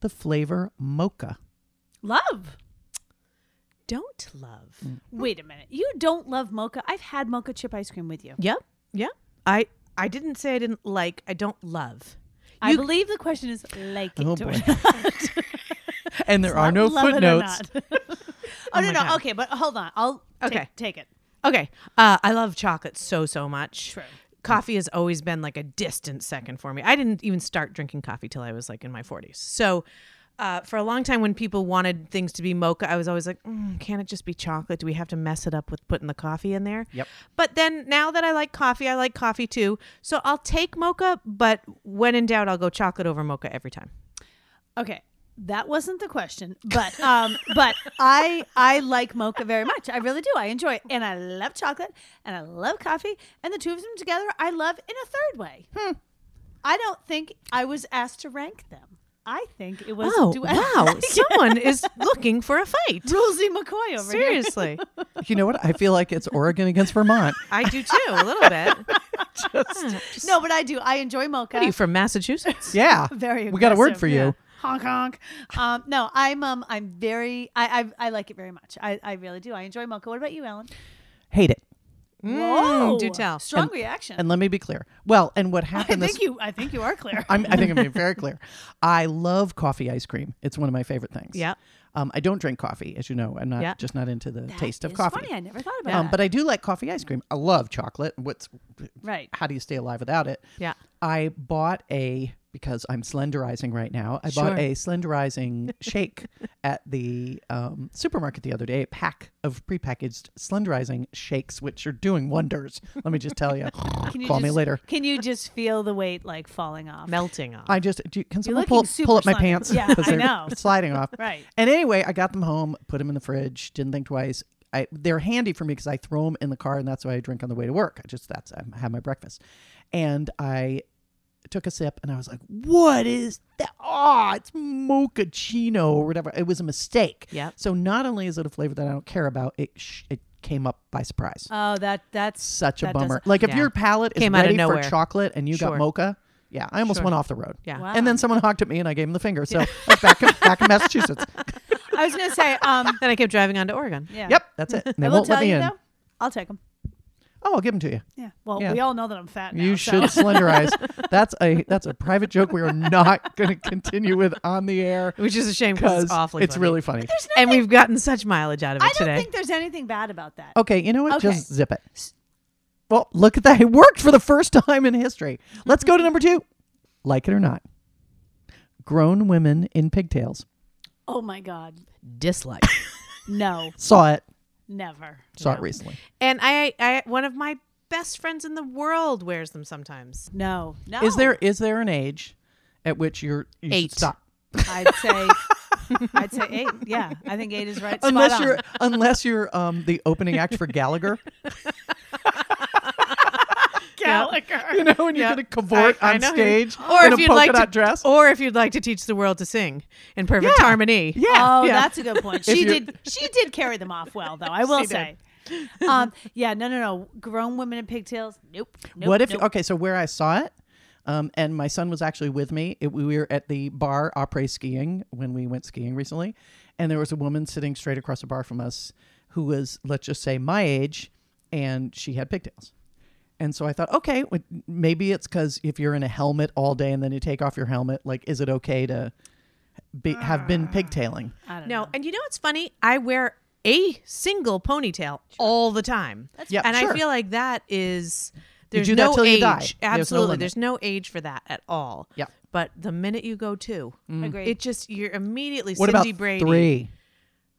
Speaker 2: the flavor mocha.
Speaker 1: Love.
Speaker 3: Don't love.
Speaker 1: Mm. Wait a minute. You don't love mocha. I've had mocha chip ice cream with you.
Speaker 3: Yep. Yep. I I didn't say I didn't like. I don't love.
Speaker 1: I believe the question is like it
Speaker 2: Oh,
Speaker 1: or
Speaker 2: boy.
Speaker 1: not.
Speaker 2: And there are no
Speaker 1: Love it or
Speaker 2: footnotes.
Speaker 1: not. oh, no, no. Okay, but hold on. I'll
Speaker 3: Okay.
Speaker 1: take, take it.
Speaker 3: Okay. Uh, I love chocolate so so much.
Speaker 1: True.
Speaker 3: Coffee has always been like a distant second for me. I didn't even start drinking coffee till I was like in my 40s. So, uh, for a long time, when people wanted things to be mocha, I was always like, "Mm, "Can it just be chocolate? Do we have to mess it up with putting the coffee in there?"
Speaker 2: Yep.
Speaker 3: But then now that I like coffee, I like coffee too. So I'll take mocha, but when in doubt, I'll go chocolate over mocha every time.
Speaker 1: Okay. That wasn't the question, but um, but I I like mocha very much. I really do. I enjoy it, and I love chocolate, and I love coffee, and the two of them together, I love in a third way. I don't think I was asked to rank them. I think it was.
Speaker 3: Oh
Speaker 1: do I-
Speaker 3: wow! Someone is looking for a fight.
Speaker 1: Rulesy McCoy over here.
Speaker 3: Seriously,
Speaker 2: You know what? I feel like it's Oregon against Vermont.
Speaker 3: I do too a little bit.
Speaker 1: No, but I do. I enjoy mocha.
Speaker 3: What are you from Massachusetts?
Speaker 2: Yeah.
Speaker 1: very
Speaker 2: We got a word
Speaker 1: aggressive.
Speaker 2: for you.
Speaker 1: Yeah. honk honk um no i'm um i'm very I, I i like it very much i i really do i enjoy mocha what about you ellen
Speaker 2: Hate it.
Speaker 3: Mm, do tell.
Speaker 1: Strong reaction.
Speaker 2: Hmm, And let me be clear. Well, and what
Speaker 1: I
Speaker 2: happened
Speaker 1: think
Speaker 2: this
Speaker 1: you. I think you are clear.
Speaker 2: I'm, I think I'm being very clear. I love coffee ice cream. It's one of my favorite things.
Speaker 3: Yeah.
Speaker 2: Um, I don't drink coffee, as you know. I'm not
Speaker 3: Yeah.
Speaker 2: just not into the
Speaker 1: That
Speaker 2: taste of
Speaker 1: is
Speaker 2: coffee.
Speaker 1: Funny, I never thought about
Speaker 2: Um,
Speaker 1: that.
Speaker 2: but I do like coffee ice cream. I love chocolate. What's
Speaker 1: right.
Speaker 2: how do you stay alive without it?
Speaker 3: Yeah.
Speaker 2: I bought a because I'm slenderizing right now. I
Speaker 3: Sure.
Speaker 2: bought a slenderizing shake at the um, supermarket the other day. A pack of prepackaged slenderizing shakes, which are doing wonders. Let me just tell you.
Speaker 1: Can you
Speaker 2: Call me
Speaker 1: just-
Speaker 2: later.
Speaker 1: Can you just feel the weight like falling off?
Speaker 3: Melting off.
Speaker 2: I just do, can someone
Speaker 1: looking
Speaker 2: pull pull up
Speaker 1: super
Speaker 2: my
Speaker 1: slender.
Speaker 2: pants?
Speaker 1: Yeah,
Speaker 2: 'Cause
Speaker 1: I
Speaker 2: they're
Speaker 1: know.
Speaker 2: sliding off.
Speaker 1: Right.
Speaker 2: And anyway, I got them home, put them in the fridge, didn't think twice. I, they're handy for me because I throw them in the car, and that's why I drink on the way to work. I just that's I have my breakfast, and I took a sip, and I was like, "What is that? Oh, it's mochaccino or whatever." It was a mistake.
Speaker 3: Yep.
Speaker 2: So not only is it a flavor that I don't care about, it sh- it came up by surprise.
Speaker 1: Oh, that that's
Speaker 2: Such a
Speaker 1: that
Speaker 2: bummer.
Speaker 1: doesn't-
Speaker 2: Like if
Speaker 3: Uh, Yeah.
Speaker 2: your palate is
Speaker 3: Came out of
Speaker 2: ready for
Speaker 3: nowhere.
Speaker 2: chocolate and you
Speaker 3: Sure.
Speaker 2: got mocha, yeah, I almost
Speaker 3: Sure.
Speaker 2: went off the road.
Speaker 3: yeah.
Speaker 1: Wow.
Speaker 2: And then someone honked at me, and I gave him the finger. So I was back in, back in Massachusetts.
Speaker 1: I was gonna say. Um.
Speaker 3: Then I kept driving on to Oregon.
Speaker 1: Yeah.
Speaker 2: Yep, that's it. And they
Speaker 1: I will
Speaker 2: won't
Speaker 1: tell
Speaker 2: let me
Speaker 1: you
Speaker 2: in.
Speaker 1: though. I'll take them.
Speaker 2: Oh, I'll give them to you.
Speaker 1: Yeah. Well,
Speaker 2: Yeah.
Speaker 1: we all know that I'm fat. Now,
Speaker 2: you
Speaker 1: so-
Speaker 2: should slenderize. That's a that's a private joke we are not going to continue with on the air
Speaker 3: Which is a shame because
Speaker 2: because
Speaker 3: it's awfully
Speaker 2: it's
Speaker 3: funny.
Speaker 2: really funny.
Speaker 1: There's no,
Speaker 3: And we've gotten such mileage out of it
Speaker 1: I don't
Speaker 3: today.
Speaker 1: think there's anything bad about that.
Speaker 2: Okay, you know what?
Speaker 1: Okay.
Speaker 2: Just zip it. Well, look at that. It worked for the first time in history. Let's go to number two. Like it or not, grown women in pigtails
Speaker 1: Oh my God.
Speaker 3: Dislike.
Speaker 1: No.
Speaker 2: saw it.
Speaker 1: Never.
Speaker 2: Saw it
Speaker 3: Yeah.
Speaker 2: recently.
Speaker 3: and I, I, one of my best friends in the world wears them sometimes.
Speaker 1: No. No.
Speaker 2: Is there is there an age at which you're you should
Speaker 3: Eight.
Speaker 2: stop?
Speaker 1: I'd say. I'd say eight. Yeah. I think eight is right. Spot
Speaker 2: unless
Speaker 1: on.
Speaker 2: you're unless you're um the opening act for Gallagher,
Speaker 1: Gallagher.
Speaker 2: you know, and you're
Speaker 3: Yeah.
Speaker 2: gonna cavort
Speaker 3: I- I
Speaker 2: on
Speaker 3: know who-
Speaker 2: stage
Speaker 3: Or
Speaker 2: in
Speaker 3: if
Speaker 2: a
Speaker 3: you'd
Speaker 2: polka
Speaker 3: like
Speaker 2: dot
Speaker 3: to Oh,
Speaker 2: dress.
Speaker 3: or if you'd like to teach the world to sing in perfect
Speaker 2: Yeah.
Speaker 3: harmony.
Speaker 2: yeah,
Speaker 1: Oh,
Speaker 2: yeah.
Speaker 1: that's a good point. She
Speaker 2: you're-
Speaker 1: did. She did carry them off well, though. I will
Speaker 2: She did.
Speaker 1: say. Um, yeah. No. No. No. Grown women in pigtails. Nope. nope
Speaker 2: what if
Speaker 1: nope.
Speaker 2: okay? So where I saw it. Um, and my son was actually with me. It, we were at the bar après skiing when we went skiing recently, and there was a woman sitting straight across the bar from us who was, let's just say, my age, and she had pigtails. And so I thought, okay, w- maybe it's because if you're in a helmet all day and then you take off your helmet, like, is it okay to be, have been
Speaker 3: Ah.
Speaker 2: pigtailing?
Speaker 1: I don't know.
Speaker 3: No, and you know what's funny? I wear a single ponytail all the time. That's
Speaker 2: Yep,
Speaker 3: and
Speaker 2: sure.
Speaker 3: I feel like that is there's
Speaker 2: do that
Speaker 3: no
Speaker 2: till you
Speaker 3: age.
Speaker 2: die. There's no
Speaker 3: Absolutely.
Speaker 2: limit.
Speaker 3: There's no age for that at all.
Speaker 2: Yep.
Speaker 3: But the minute you go two,
Speaker 2: mm,
Speaker 1: Agreed.
Speaker 3: it just you're immediately
Speaker 2: What
Speaker 3: Cindy
Speaker 2: about
Speaker 3: Brady.
Speaker 2: three?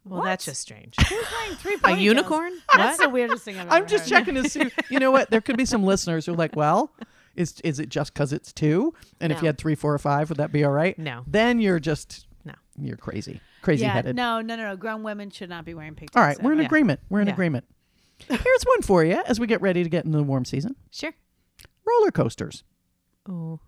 Speaker 3: Well,
Speaker 1: What?
Speaker 3: that's just strange.
Speaker 1: Who's wearing three
Speaker 3: A
Speaker 1: ponytails?
Speaker 3: unicorn?
Speaker 1: That's
Speaker 3: What?
Speaker 1: the weirdest thing I've ever
Speaker 2: I'm just
Speaker 1: heard.
Speaker 2: checking to see. You know what? There could be some listeners who are like, well, is is it just because it's two? And if
Speaker 3: No.
Speaker 2: you had three, four, or five, would that be all right?
Speaker 3: No.
Speaker 2: Then you're just
Speaker 3: No.
Speaker 2: You're crazy, crazy
Speaker 1: Yeah,
Speaker 2: headed.
Speaker 1: no, no, no, no. Grown women should not be wearing pigtails.
Speaker 2: All right, we're in
Speaker 1: ever.
Speaker 3: Yeah.
Speaker 2: agreement. We're in
Speaker 3: Yeah.
Speaker 2: agreement. Here's one for you as we get ready to get into the warm season.
Speaker 3: Sure.
Speaker 2: Roller coasters.
Speaker 3: Oh.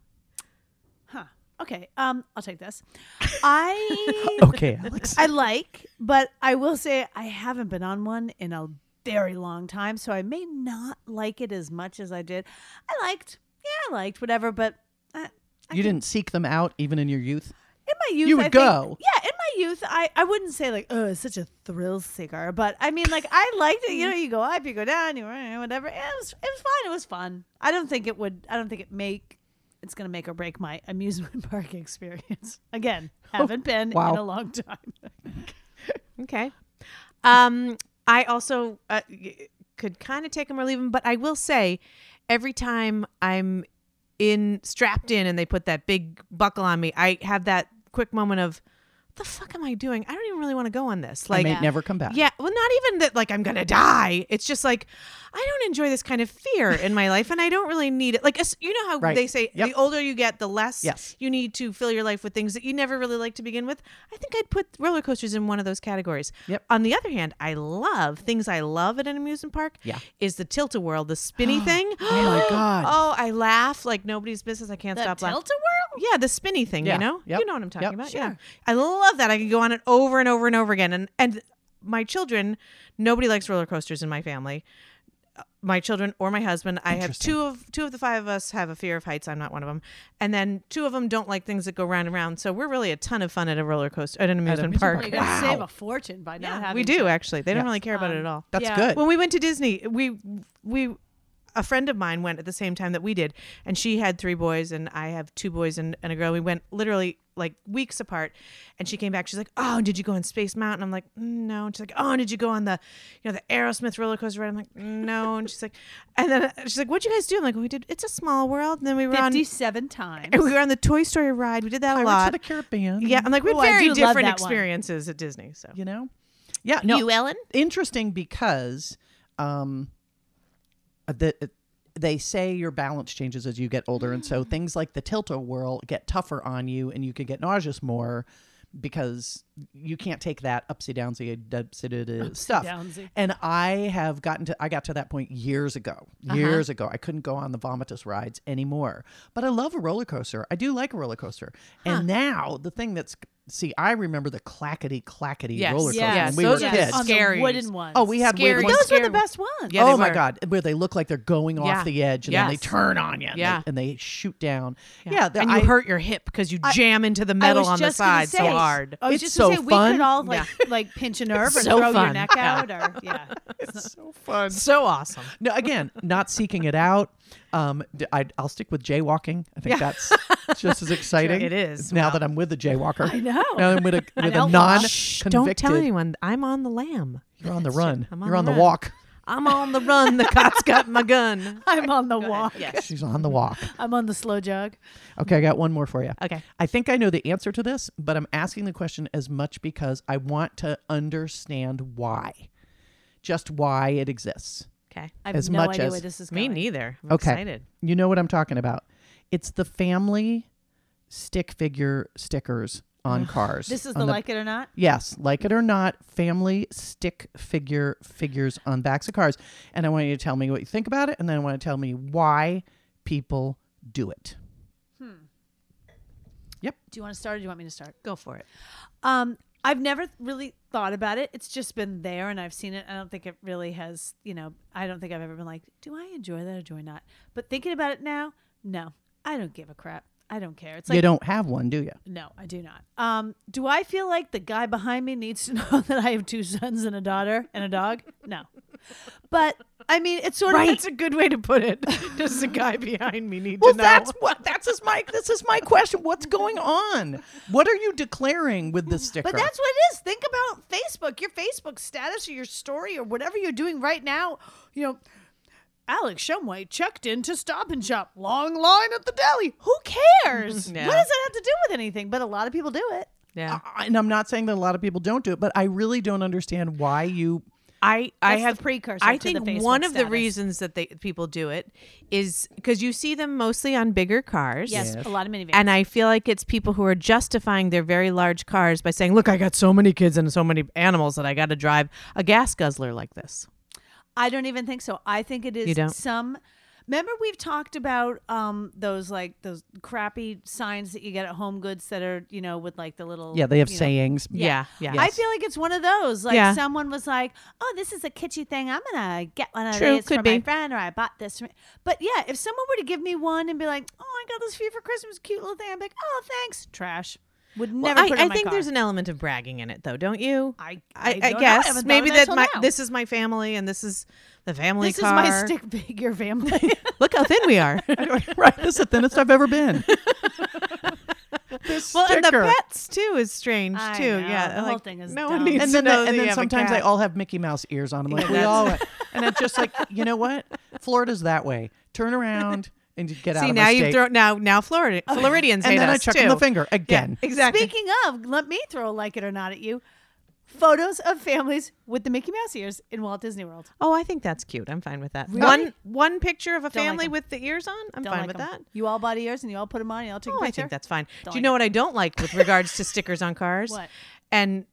Speaker 1: Huh. Okay. Um, I'll take this. I
Speaker 2: Okay, Alex.
Speaker 1: I like, but I will say I haven't been on one in a very long time, so I may not like it as much as I did. I liked, yeah, I liked whatever, but uh,
Speaker 2: You didn't seek them out even in your youth.
Speaker 1: in my youth,
Speaker 2: You would
Speaker 1: I think-
Speaker 2: go.
Speaker 1: yeah, in my youth, I I wouldn't say like, oh, it's such a thrill seeker, but I mean, like, I liked it. You know, you go up, you go down, you eh, whatever. It was it was fine. It was fun. I don't think it would. I don't think it make. It's gonna make or break my amusement park experience. Again, haven't been
Speaker 2: Oh, wow.
Speaker 1: in a long time.
Speaker 3: Okay. Um, I also uh, y- could kind of take them or leave them, but I will say, every time I'm in strapped in and they put that big buckle on me, I have that quick moment of, "The fuck am I doing? I don't even really want to go on this."
Speaker 2: I
Speaker 3: Like, uh,
Speaker 2: may never come back.
Speaker 3: yeah, well, not even that. Like, I'm gonna die. It's just like I don't enjoy this kind of fear in my life, and I don't really need it. Like, as- you know how
Speaker 2: Right.
Speaker 3: they say,
Speaker 2: Yep.
Speaker 3: the older you get, the less
Speaker 2: Yes.
Speaker 3: you need to fill your life with things that you never really liked to begin with. I think I'd put roller coasters in one of those categories.
Speaker 2: Yep.
Speaker 3: On the other hand, I love things I love at an amusement park.
Speaker 2: Yeah.
Speaker 3: Is the tilt a whirl, the spinny thing.
Speaker 2: Oh my God.
Speaker 3: Oh, I laugh like nobody's business. I can't
Speaker 1: The
Speaker 3: stop laughing.
Speaker 1: tilt a whirl.
Speaker 3: Yeah, the spinny thing,
Speaker 2: Yeah.
Speaker 3: you know?
Speaker 2: Yep.
Speaker 3: You know what I'm talking
Speaker 2: Yep.
Speaker 3: about. Yeah. I love that. I can go on it over and over and over again. And and my children, nobody likes roller coasters in my family. Uh, my children or my husband. I have
Speaker 2: Interesting.
Speaker 3: two of two of the five of us have a fear of heights. I'm not one of them, and then two of them don't like things that go round and round. So we're really a ton of fun at a roller coaster at an
Speaker 2: amusement
Speaker 3: amusement
Speaker 1: you
Speaker 3: park.
Speaker 2: park.
Speaker 1: gotta
Speaker 2: Wow.
Speaker 1: save a fortune by not
Speaker 3: Yeah,
Speaker 1: having.
Speaker 3: we do actually. They don't
Speaker 2: Yeah.
Speaker 3: really care about it at
Speaker 1: Um,
Speaker 3: all.
Speaker 2: That's
Speaker 1: Yeah.
Speaker 2: good.
Speaker 3: When we went to Disney, we we a friend of mine went at the same time that we did, and she had three boys, and I have two boys and, and a girl. We went literally like weeks apart, and she came back. She's like, "Oh, did you go on Space Mountain?" I'm like, "Mm, "No." And she's like, "Oh, and did you go on the you know the Aerosmith roller coaster ride?" I'm like, "Mm, "No." And she's like, and then she's like, "What'd you guys do?" I'm like, "We did. It's a small world." And then we were on
Speaker 1: Fifty-seven times.
Speaker 3: and we were on the Toy Story ride. We did that a
Speaker 2: Pirates
Speaker 3: lot.
Speaker 2: of the Caribbean.
Speaker 3: yeah, I'm like, we
Speaker 1: Ooh,
Speaker 3: had
Speaker 1: I do
Speaker 3: very
Speaker 1: love
Speaker 3: different
Speaker 1: that one.
Speaker 3: experiences at Disney. So
Speaker 2: You know? Yeah. No,
Speaker 3: Ellen?
Speaker 2: interesting because um uh, the they say your balance changes as you get older and
Speaker 3: Mm.
Speaker 2: so things like the tilt-a-whirl get tougher on you and you can get nauseous more because you can't take that upsy downsy dubsy da- da stuff
Speaker 1: downsy.
Speaker 2: and i have gotten to i got to that point years ago
Speaker 3: Uh-huh.
Speaker 2: years ago i couldn't go on the vomitus rides anymore but i love a roller coaster i do like a roller coaster and now the thing that's see i remember the clackety clackety
Speaker 3: Yes.
Speaker 2: roller coaster
Speaker 3: Yes,
Speaker 2: when we
Speaker 3: those
Speaker 2: were
Speaker 3: are
Speaker 2: kids
Speaker 1: on
Speaker 3: Scary.
Speaker 1: the wooden ones.
Speaker 2: Oh, we had
Speaker 3: Scary.
Speaker 2: weird
Speaker 1: But
Speaker 2: ones.
Speaker 1: those were
Speaker 3: Scary.
Speaker 1: the best ones.
Speaker 3: Yeah, they
Speaker 2: oh my
Speaker 3: were.
Speaker 2: god, where they look like they're going
Speaker 3: Yeah.
Speaker 2: off the edge and then they
Speaker 3: Yes.
Speaker 2: turn on you. And
Speaker 3: Yeah.
Speaker 2: they, and they shoot down. Yeah, the-
Speaker 3: and you
Speaker 2: I-
Speaker 3: hurt your hip because you jam into the
Speaker 1: I
Speaker 3: metal
Speaker 1: was
Speaker 3: on the
Speaker 1: just gonna
Speaker 3: side so
Speaker 1: say,
Speaker 3: hard.
Speaker 1: I was
Speaker 2: It's
Speaker 1: just gonna
Speaker 2: so
Speaker 1: say we
Speaker 2: fun.
Speaker 1: could all like like pinch a nerve or
Speaker 3: so
Speaker 1: throw your
Speaker 3: fun.
Speaker 1: neck
Speaker 3: Yeah.
Speaker 1: out or yeah.
Speaker 2: so fun.
Speaker 3: So awesome.
Speaker 2: No, again, not seeking it out. Um, d- I, will stick with jaywalking. I think that's just as exciting.
Speaker 3: It is.
Speaker 2: now that I'm with the jaywalker. I
Speaker 1: know.
Speaker 2: Now I'm with a with a
Speaker 1: outlaw.
Speaker 2: non
Speaker 3: Shh, don't tell anyone. I'm on the lamb.
Speaker 2: You're on the run.
Speaker 3: I'm on
Speaker 2: You're
Speaker 3: the
Speaker 2: on the
Speaker 3: run.
Speaker 2: walk.
Speaker 3: I'm on the run. The cop's got my gun.
Speaker 1: I'm on the walk.
Speaker 3: Yes.
Speaker 2: She's on the walk.
Speaker 1: I'm on the slow jog.
Speaker 2: Okay, I got one more for you.
Speaker 3: Okay.
Speaker 2: I think I know the answer to this, but I'm asking the question as much because I want to understand why, just why it exists.
Speaker 3: Okay.
Speaker 1: I have
Speaker 2: As
Speaker 1: no
Speaker 2: much
Speaker 1: idea
Speaker 2: as-
Speaker 1: where this is
Speaker 3: Me
Speaker 1: going.
Speaker 3: neither. I'm
Speaker 2: Okay.
Speaker 3: excited.
Speaker 2: You know what I'm talking about. It's the family stick figure stickers on cars.
Speaker 1: This is
Speaker 2: on
Speaker 1: the, like it or not.
Speaker 2: Yes, like it or not, family stick figure figures on backs of cars. And I want you to tell me what you think about it, and then I want to tell me why people do it.
Speaker 1: Do you want to start or do you want me to start?
Speaker 3: Go for it.
Speaker 1: Um, I've never really thought about it. It's just been there and I've seen it. I don't think it really has, you know, I don't think I've ever been like, do I enjoy that or do I not? But thinking about it now, no, I don't give a crap. I don't care. It's like,
Speaker 2: you don't have one, do you?
Speaker 1: no, I do not. Um, do I feel like the guy behind me needs to know that I have two sons and a daughter and a dog? No. But I mean, it's sort of,
Speaker 3: That's a good way to put it. Does the guy behind me need
Speaker 2: Well,
Speaker 3: to know?
Speaker 2: that's what that's is my this is my question. What's going on? What are you declaring with this sticker?
Speaker 1: But that's what it is. Think about Facebook, your Facebook status or your story or whatever you're doing right now. You know, Alex Shumway checked in to Stop and Shop. Long line at the deli. Who cares?
Speaker 3: Yeah.
Speaker 1: What does that have to do with anything? But a lot of people do it.
Speaker 3: yeah.
Speaker 2: I- I- and I'm not saying that a lot of people don't do it, but I really don't understand why you.
Speaker 3: I I
Speaker 1: That's the
Speaker 3: have
Speaker 1: precursor
Speaker 3: I
Speaker 1: to the
Speaker 3: think
Speaker 1: Facebook
Speaker 3: one of the
Speaker 1: status.
Speaker 3: reasons that they people do it is because you see them mostly on bigger cars.
Speaker 1: Yes, a lot of minivans.
Speaker 3: And I feel like it's people who are justifying their very large cars by saying, "Look, I got so many kids and so many animals that I got to drive a gas guzzler like this."
Speaker 1: I don't even think so. I think it is
Speaker 3: You don't?
Speaker 1: some. Remember, we've talked about um, those like those crappy signs that you get at Home Goods that are you know with like the little
Speaker 2: Yeah, they have
Speaker 1: you know,
Speaker 2: sayings.
Speaker 3: Yeah, yeah.
Speaker 1: I feel like it's one of those. Like
Speaker 3: Yeah.
Speaker 1: someone was like, "Oh, this is a kitschy thing. I'm gonna get one of
Speaker 3: True,
Speaker 1: these for
Speaker 3: could be.
Speaker 1: my friend, or I bought this." From... But yeah, if someone were to give me one and be like, "Oh, I got this for you for Christmas, cute little thing," I'm like, "Oh, thanks." Trash. Would never.
Speaker 3: I,
Speaker 1: put it in
Speaker 3: I
Speaker 1: my
Speaker 3: think
Speaker 1: car.
Speaker 3: there's an element of bragging in it, though, don't you?
Speaker 1: I, I,
Speaker 3: I,
Speaker 1: don't
Speaker 3: I,
Speaker 1: know.
Speaker 3: guess
Speaker 1: haven't thought
Speaker 3: maybe
Speaker 1: of that
Speaker 3: that
Speaker 1: till
Speaker 3: my
Speaker 1: now.
Speaker 3: this is my family and this is the family
Speaker 1: This is
Speaker 3: car.
Speaker 1: my stick figure family.
Speaker 3: Look how thin we are.
Speaker 2: right. This is the thinnest I've ever been. this
Speaker 3: well, and the
Speaker 2: sticker.
Speaker 3: pets too is strange
Speaker 1: I
Speaker 3: too.
Speaker 1: know,
Speaker 3: Yeah,
Speaker 1: the whole
Speaker 3: like,
Speaker 1: thing is
Speaker 3: no
Speaker 1: dumb.
Speaker 3: one needs
Speaker 2: and
Speaker 3: to
Speaker 2: then, the-
Speaker 3: know. that
Speaker 2: and
Speaker 3: you
Speaker 2: then
Speaker 3: have a
Speaker 2: sometimes
Speaker 3: cat.
Speaker 2: they all have Mickey Mouse ears on them. Like
Speaker 3: Yeah,
Speaker 2: we
Speaker 3: that's-
Speaker 2: all, and it's just like you know what? Florida's that way. Turn around and you get out.
Speaker 3: See
Speaker 2: of
Speaker 3: now
Speaker 2: my
Speaker 3: you've
Speaker 2: state.
Speaker 3: thrown now now Florida Floridians hate
Speaker 2: And then I
Speaker 3: us,
Speaker 2: chuck 'em
Speaker 3: too.
Speaker 2: the finger again.
Speaker 3: Yeah, exactly.
Speaker 1: Speaking of, let me throw a like it or not at you. Photos of families with the Mickey Mouse ears in Walt Disney World.
Speaker 3: Oh, I think that's cute. I'm fine with that.
Speaker 1: Really?
Speaker 3: One one picture of a
Speaker 1: like
Speaker 3: family
Speaker 1: 'em.
Speaker 3: with the ears on. I'm
Speaker 1: Don't
Speaker 3: fine
Speaker 1: like
Speaker 3: with
Speaker 1: 'em.
Speaker 3: that.
Speaker 1: You all bought ears and you all put them on. And you all took
Speaker 3: Oh,
Speaker 1: a
Speaker 3: I
Speaker 1: picture.
Speaker 3: think that's fine.
Speaker 1: Don't
Speaker 3: Do you
Speaker 1: like
Speaker 3: know what I don't like with regards to stickers on cars?
Speaker 1: What?
Speaker 3: And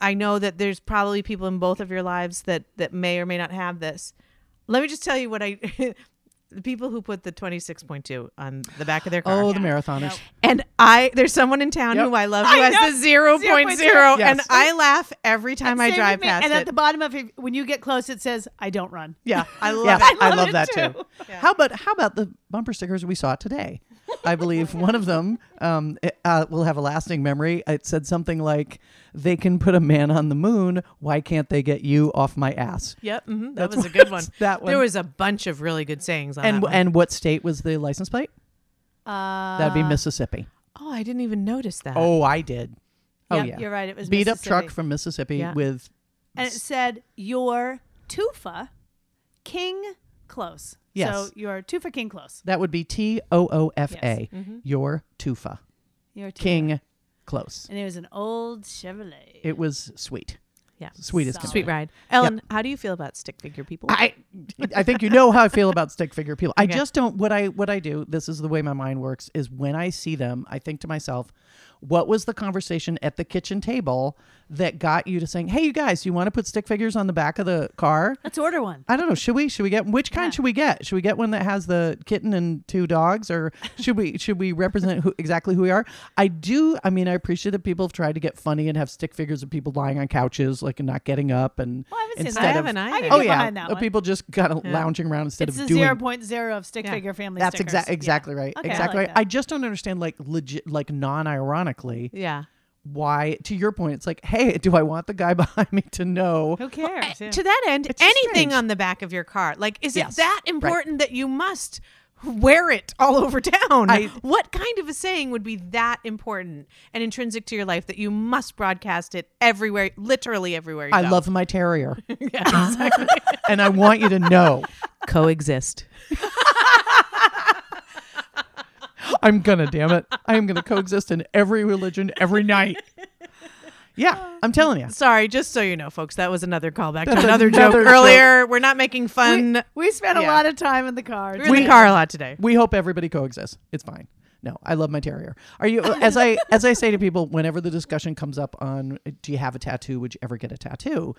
Speaker 3: I know that there's probably people in both of your lives that that may or may not have this. Let me just tell you what I The people who put the 26.2 on the back of their car.
Speaker 2: Oh, the marathoners.
Speaker 3: And I there's someone in town
Speaker 2: Yep.
Speaker 3: who I love
Speaker 1: I
Speaker 3: who has
Speaker 1: know.
Speaker 3: the 0.0,
Speaker 1: 0.0.
Speaker 3: and
Speaker 2: Yes.
Speaker 3: I laugh every time I
Speaker 1: Same
Speaker 3: drive
Speaker 1: with me.
Speaker 3: past
Speaker 1: And
Speaker 3: it.
Speaker 1: at the bottom of it, when you get close, it says, I don't run.
Speaker 2: Yeah,
Speaker 3: I love
Speaker 2: Yes,
Speaker 3: it.
Speaker 2: I
Speaker 3: I love
Speaker 2: love
Speaker 3: it
Speaker 2: that too.
Speaker 3: too. Yeah.
Speaker 2: How about how about the bumper stickers we saw today? I believe one of them um, it, uh, will have a lasting memory. It said something like, "They can put a man on the moon. Why can't they get you off my ass?"
Speaker 3: yep, mhm, that
Speaker 2: That's
Speaker 3: was a
Speaker 2: what-
Speaker 3: good one.
Speaker 2: that one.
Speaker 3: There was a bunch of really good sayings on
Speaker 2: And
Speaker 3: that one.
Speaker 2: and what state was the license plate?
Speaker 1: Uh,
Speaker 2: That'd be Mississippi.
Speaker 3: oh, I didn't even notice that.
Speaker 2: Oh, I did. Oh
Speaker 1: yep,
Speaker 2: yeah,
Speaker 1: You're right. It was
Speaker 2: beat up truck
Speaker 1: Mississippi.
Speaker 2: from Mississippi
Speaker 3: Yeah.
Speaker 2: with
Speaker 1: And it said, Your Tufa King Close.
Speaker 2: Yes.
Speaker 1: So your Tufa King Close.
Speaker 2: that would be T O O F A.
Speaker 3: Yes.
Speaker 1: Mm-hmm.
Speaker 3: Mhm.
Speaker 2: Your Tufa
Speaker 1: Your Tufa.
Speaker 2: King, close.
Speaker 1: And it was an old Chevrolet.
Speaker 2: It was sweet,
Speaker 3: Yeah.
Speaker 2: sweet as
Speaker 1: Solid.
Speaker 2: can be.
Speaker 3: Sweet ride. Ellen, how do you feel about stick figure people?
Speaker 2: I I think you know how I feel about stick figure people. I
Speaker 3: Okay.
Speaker 2: just don't what I what I do, this is the way my mind works, is when I see them, I think to myself, what was the conversation at the kitchen table that got you to saying, Hey you guys, you want to put stick figures on the back of the car?
Speaker 1: Let's order one.
Speaker 2: I don't know. Should we? Should we get which kind? Should we get? Should we get one that has the kitten and two dogs, or should we? Should we represent who, exactly who we are? I do. I mean, I appreciate that people have tried to get funny and have stick figures of people lying on couches, like and not getting up, and
Speaker 1: Well, I haven't seen
Speaker 2: instead
Speaker 1: that.
Speaker 3: I
Speaker 2: of
Speaker 3: haven't either.
Speaker 1: I
Speaker 2: oh
Speaker 1: get
Speaker 2: yeah,
Speaker 1: behind that
Speaker 2: of
Speaker 1: one.
Speaker 2: people just kind of lounging around instead
Speaker 1: It's
Speaker 2: of
Speaker 1: the
Speaker 2: doing.
Speaker 1: 0.0 of stick
Speaker 3: Yeah.
Speaker 1: figure family
Speaker 2: that's
Speaker 1: stickers.
Speaker 2: exactly exactly right.
Speaker 1: Okay, I
Speaker 2: exactly
Speaker 1: like
Speaker 2: right.
Speaker 1: that.
Speaker 2: I just don't understand like legit, like non-ironically,
Speaker 3: yeah.
Speaker 2: why. To your point, it's like, hey, do I want the guy behind me to know?
Speaker 1: Who cares? Yeah.
Speaker 3: To that end,
Speaker 2: It's just
Speaker 3: anything
Speaker 2: strange.
Speaker 3: on the back of your car, like, is
Speaker 2: Yes.
Speaker 3: it that
Speaker 2: Right.
Speaker 3: important that you must wear it all over town?
Speaker 2: I-
Speaker 3: what kind of a saying would be that important and intrinsic to your life that you must broadcast it everywhere, literally everywhere you
Speaker 2: I
Speaker 3: go?
Speaker 2: love my terrier. and I want you to know
Speaker 3: coexist.
Speaker 2: I'm gonna, damn it. I am gonna coexist in every religion every night. Yeah, I'm telling you.
Speaker 3: Sorry, just so you know, folks, that was another callback to
Speaker 2: That's
Speaker 3: another,
Speaker 2: another
Speaker 3: joke
Speaker 2: joke.
Speaker 3: earlier. We're not making fun.
Speaker 1: We spent a
Speaker 3: Yeah.
Speaker 1: lot of time in the car.
Speaker 3: We're in the car a lot today.
Speaker 2: We hope everybody coexists. It's fine. No, I love my terrier. Are you as I as I say to people whenever the discussion comes up on do you have a tattoo? Would you ever get a tattoo?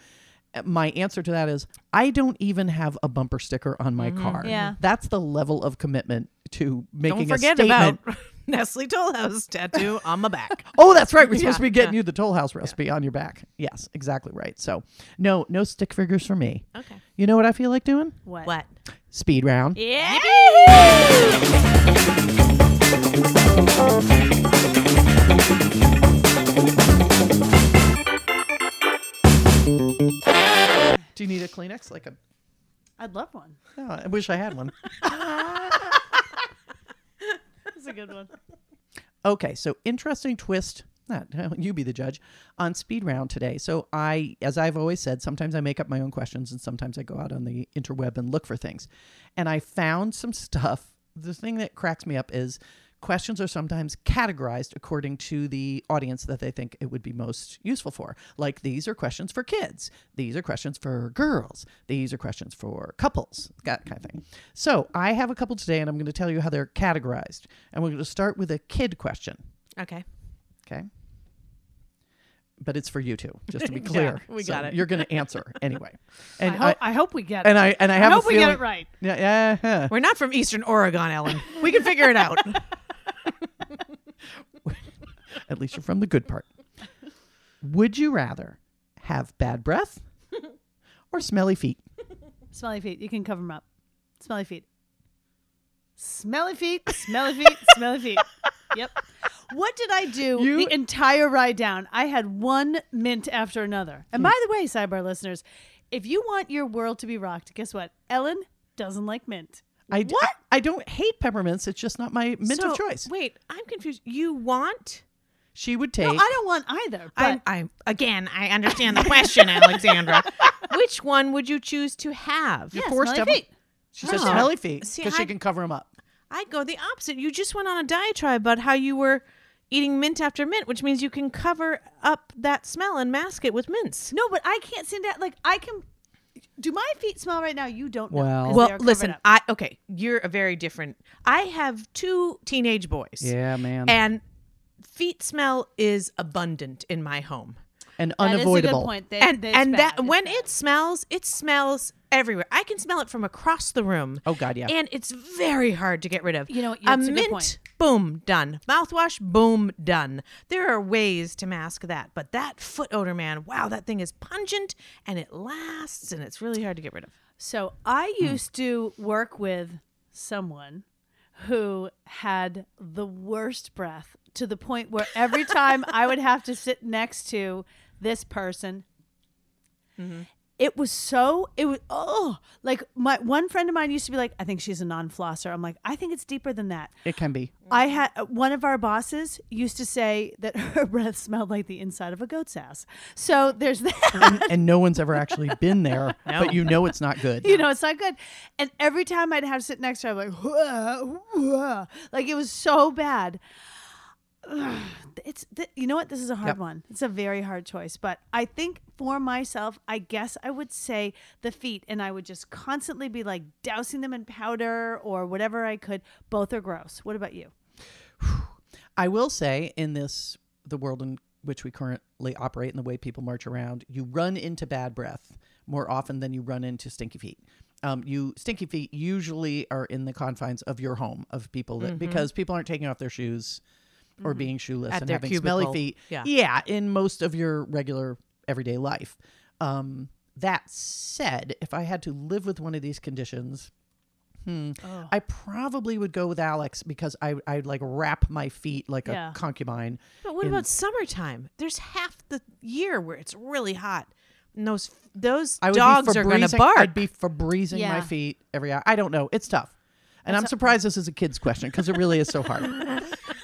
Speaker 2: uh, My answer to that is I don't even have a bumper sticker on my car.
Speaker 1: Mm, Yeah.
Speaker 2: That's the level of commitment to
Speaker 3: Don't
Speaker 2: making a
Speaker 3: forget
Speaker 2: statement
Speaker 3: about Nestle Tollhouse tattoo on my back.
Speaker 2: Oh, that's right. We're supposed to be
Speaker 3: Yeah,
Speaker 2: getting you the Toll House recipe on your back. Yes, exactly right. So, no, no stick figures for me.
Speaker 3: Okay.
Speaker 2: You know what I feel like doing?
Speaker 1: What?
Speaker 3: What?
Speaker 2: Speed round.
Speaker 1: Yeah.
Speaker 2: Do you need a Kleenex? Like a?
Speaker 1: I'd love one.
Speaker 2: Oh, I wish I had one.
Speaker 1: That's a good one.
Speaker 2: Okay, so interesting twist. Not you be the judge on speed round today. So I, as I've always said, sometimes I make up my own questions, and sometimes I go out on the interweb and look for things. And I found some stuff. The thing that cracks me up is questions are sometimes categorized according to the audience that they think it would be most useful for. Like these are questions for kids. These are questions for girls. These are questions for couples. That kind of thing. So I have a couple today, and I'm going to tell you how they're categorized. And we're going to start with a kid question.
Speaker 3: Okay.
Speaker 2: Okay. But it's for you two, just to be clear.
Speaker 3: we got it.
Speaker 2: You're going to answer anyway.
Speaker 1: I,
Speaker 2: And I,
Speaker 1: hope, I hope we get it.
Speaker 2: and I and I have
Speaker 1: I
Speaker 2: a
Speaker 1: hope we get
Speaker 2: feeling-
Speaker 1: it right.
Speaker 2: Yeah, yeah, yeah.
Speaker 3: We're not from Eastern Oregon, Ellen. We can figure it out.
Speaker 2: At least you're from the good part. Would you rather have bad breath or smelly feet?
Speaker 1: Smelly feet. You can cover them up. Smelly feet. Smelly feet. Smelly feet. smelly feet. Yep. What did I do
Speaker 2: You-
Speaker 1: the entire ride down? I had one mint after another.
Speaker 2: Hmm.
Speaker 1: And by the way, sidebar listeners, if you want your world to be rocked, guess what? Ellen doesn't like mint.
Speaker 2: I what? I, don't hate peppermints. It's just not my mint
Speaker 3: So,
Speaker 2: of choice.
Speaker 3: Wait, I'm confused. You want?
Speaker 2: She would take.
Speaker 1: No, I don't want either. But
Speaker 3: I, I again, I understand the question, Alexandra. Which one would you choose to have?
Speaker 1: yeah,
Speaker 2: forced
Speaker 1: smelly
Speaker 2: to-
Speaker 1: feet.
Speaker 2: she says
Speaker 3: Oh.
Speaker 2: smelly feet
Speaker 3: See,
Speaker 2: because she
Speaker 3: I-
Speaker 2: can cover them up.
Speaker 3: I go the opposite. You just went on a diatribe about how you were eating mint after mint, which means you can cover up that smell and mask it with mints.
Speaker 1: No, but I can't send that. Like I can. Do my feet smell right now? You don't know. 'cause
Speaker 2: Well-
Speaker 1: they are
Speaker 3: Well,
Speaker 1: covered
Speaker 3: listen,
Speaker 1: up.
Speaker 3: I okay, you're a very different. I have two teenage boys.
Speaker 2: man. And,
Speaker 3: And feet smell is abundant in my home.
Speaker 1: That is a good
Speaker 2: unavoidable.
Speaker 1: point. They-
Speaker 3: and
Speaker 1: they
Speaker 3: and
Speaker 1: smell.
Speaker 3: that when it smells, it smells everywhere. I can smell it from across the room.
Speaker 2: Oh, God, yeah.
Speaker 3: And it's very hard to get rid of.
Speaker 1: You know,
Speaker 3: a
Speaker 1: that's a
Speaker 3: mint,
Speaker 1: good point.
Speaker 3: boom, done. Mouthwash, boom, done. There are ways to mask that, but that foot odor, man, wow, that thing is pungent and it lasts, and it's really hard to get rid of.
Speaker 1: So I used to work with someone who had the worst breath to the point where every time I would have to sit next to this person, it was so it was oh like my one friend of mine used to be like I think she's a non flosser. I'm like I think it's deeper than that.
Speaker 2: It can be.
Speaker 1: I had one of our bosses used to say that her breath smelled like the inside of a goat's ass. So there's that.
Speaker 2: And no one's ever actually been there, but you know it's not good.
Speaker 1: you know, it's not good. And every time I'd have to sit next to her, I'm like, "Whoa, whoa." like it was so bad. Ugh. It's th- you know what? This is a hard
Speaker 2: Yep.
Speaker 1: one. It's a very hard choice, but I think for myself, I guess I would say the feet, and I would just constantly be like dousing them in powder or whatever I could. Both are gross. What about you?
Speaker 2: I will say in this the world in which we currently operate and the way people march around, you run into bad breath more often than you run into stinky feet. Um, you stinky feet usually are in the confines of your home of people
Speaker 3: Mm-hmm.
Speaker 2: that, because people aren't taking off their shoes or being shoeless
Speaker 3: At
Speaker 2: and
Speaker 3: their
Speaker 2: having
Speaker 3: cubicle.
Speaker 2: smelly feet.
Speaker 3: Yeah.
Speaker 2: yeah, in most of your regular everyday life. Um, that said, if I had to live with one of these conditions,
Speaker 1: Oh.
Speaker 2: I probably would go with Alex because I I'd like wrap my feet like
Speaker 1: Yeah.
Speaker 2: a concubine.
Speaker 3: But what about summertime? There's half the year where it's really hot, and those those
Speaker 2: I would
Speaker 3: dogs
Speaker 2: be
Speaker 3: are going to
Speaker 2: Febrezing-
Speaker 3: bark.
Speaker 2: I'd be for breezing
Speaker 1: Yeah.
Speaker 2: my feet every hour. I don't know. It's tough. And I'm surprised this is a kid's question because it really is so hard.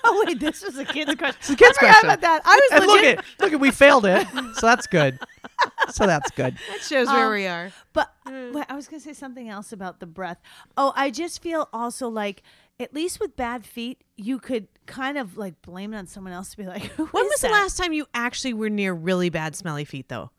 Speaker 1: Oh wait, this was a kid's question.
Speaker 2: It's a kid's
Speaker 1: I forgot
Speaker 2: question.
Speaker 1: about that. I was
Speaker 2: and
Speaker 1: legit-
Speaker 2: look at look at we failed it. So that's good. So that's good.
Speaker 3: that shows where we are.
Speaker 1: But
Speaker 3: Mm.
Speaker 1: wait, I was going to say something else about the breath. Oh, I just feel also like at least with bad feet, you could kind of like blame it on someone else to be like, "Who
Speaker 3: When
Speaker 1: is
Speaker 3: was
Speaker 1: that?"
Speaker 3: the last time you actually were near really bad smelly feet, though?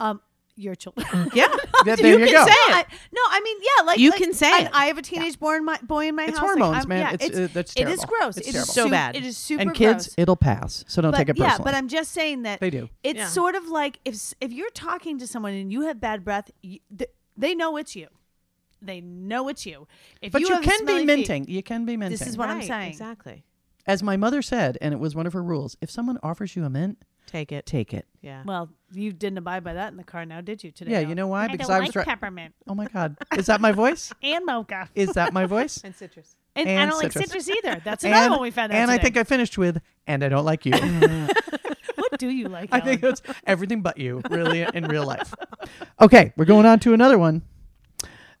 Speaker 1: Um, your children.
Speaker 3: Yeah,
Speaker 2: There- there you
Speaker 3: can
Speaker 2: go.
Speaker 3: say
Speaker 1: I,
Speaker 3: it.
Speaker 1: no, I mean, yeah, like
Speaker 3: You
Speaker 1: like-
Speaker 3: can say
Speaker 1: and
Speaker 3: it.
Speaker 1: I have a teenage boy in my boy in my
Speaker 2: It's
Speaker 1: house. like,
Speaker 2: hormones,
Speaker 1: I'm-
Speaker 2: man.
Speaker 1: Yeah,
Speaker 2: It's- uh, that's
Speaker 1: it is
Speaker 2: terrible.
Speaker 1: gross.
Speaker 2: It's
Speaker 1: It is
Speaker 2: terrible.
Speaker 3: So
Speaker 1: su-
Speaker 3: bad.
Speaker 1: It is super
Speaker 2: and kids,
Speaker 1: gross.
Speaker 2: it'll pass. So don't
Speaker 1: but,
Speaker 2: take it
Speaker 1: yeah,
Speaker 2: personally.
Speaker 1: but I'm just saying that
Speaker 2: They do.
Speaker 1: It's
Speaker 3: Yeah.
Speaker 1: sort of like if s- if you're talking to someone and you have bad breath, you, th- they know it's you. They know it's you. If
Speaker 2: But you,
Speaker 1: have
Speaker 2: can
Speaker 1: smelly
Speaker 2: be
Speaker 1: feet-
Speaker 2: minting. You can be minting.
Speaker 1: is what I'm saying.
Speaker 3: Exactly.
Speaker 2: As my mother said, and it was one of her rules, if someone offers you a mint,
Speaker 3: Take it.
Speaker 2: take it.
Speaker 3: Yeah.
Speaker 1: Well, you didn't abide by that in the car now, did you today?
Speaker 2: Yeah,
Speaker 1: Al?
Speaker 2: you know why?
Speaker 1: I
Speaker 2: Because
Speaker 1: don't
Speaker 2: I was
Speaker 1: like
Speaker 2: dri-
Speaker 1: peppermint
Speaker 2: Oh my God. Is that my voice?
Speaker 1: and mocha,
Speaker 2: Is that my voice?
Speaker 3: and citrus.
Speaker 1: and, I
Speaker 2: and
Speaker 1: don't like
Speaker 2: citrus.
Speaker 1: citrus either. That's another one we found out.
Speaker 2: and I
Speaker 1: today.
Speaker 2: think I finished with, and I don't like you.
Speaker 1: what do you like?
Speaker 2: I think
Speaker 1: Ellen?
Speaker 2: it's everything but you, really, in real life. Okay, we're going on to another one.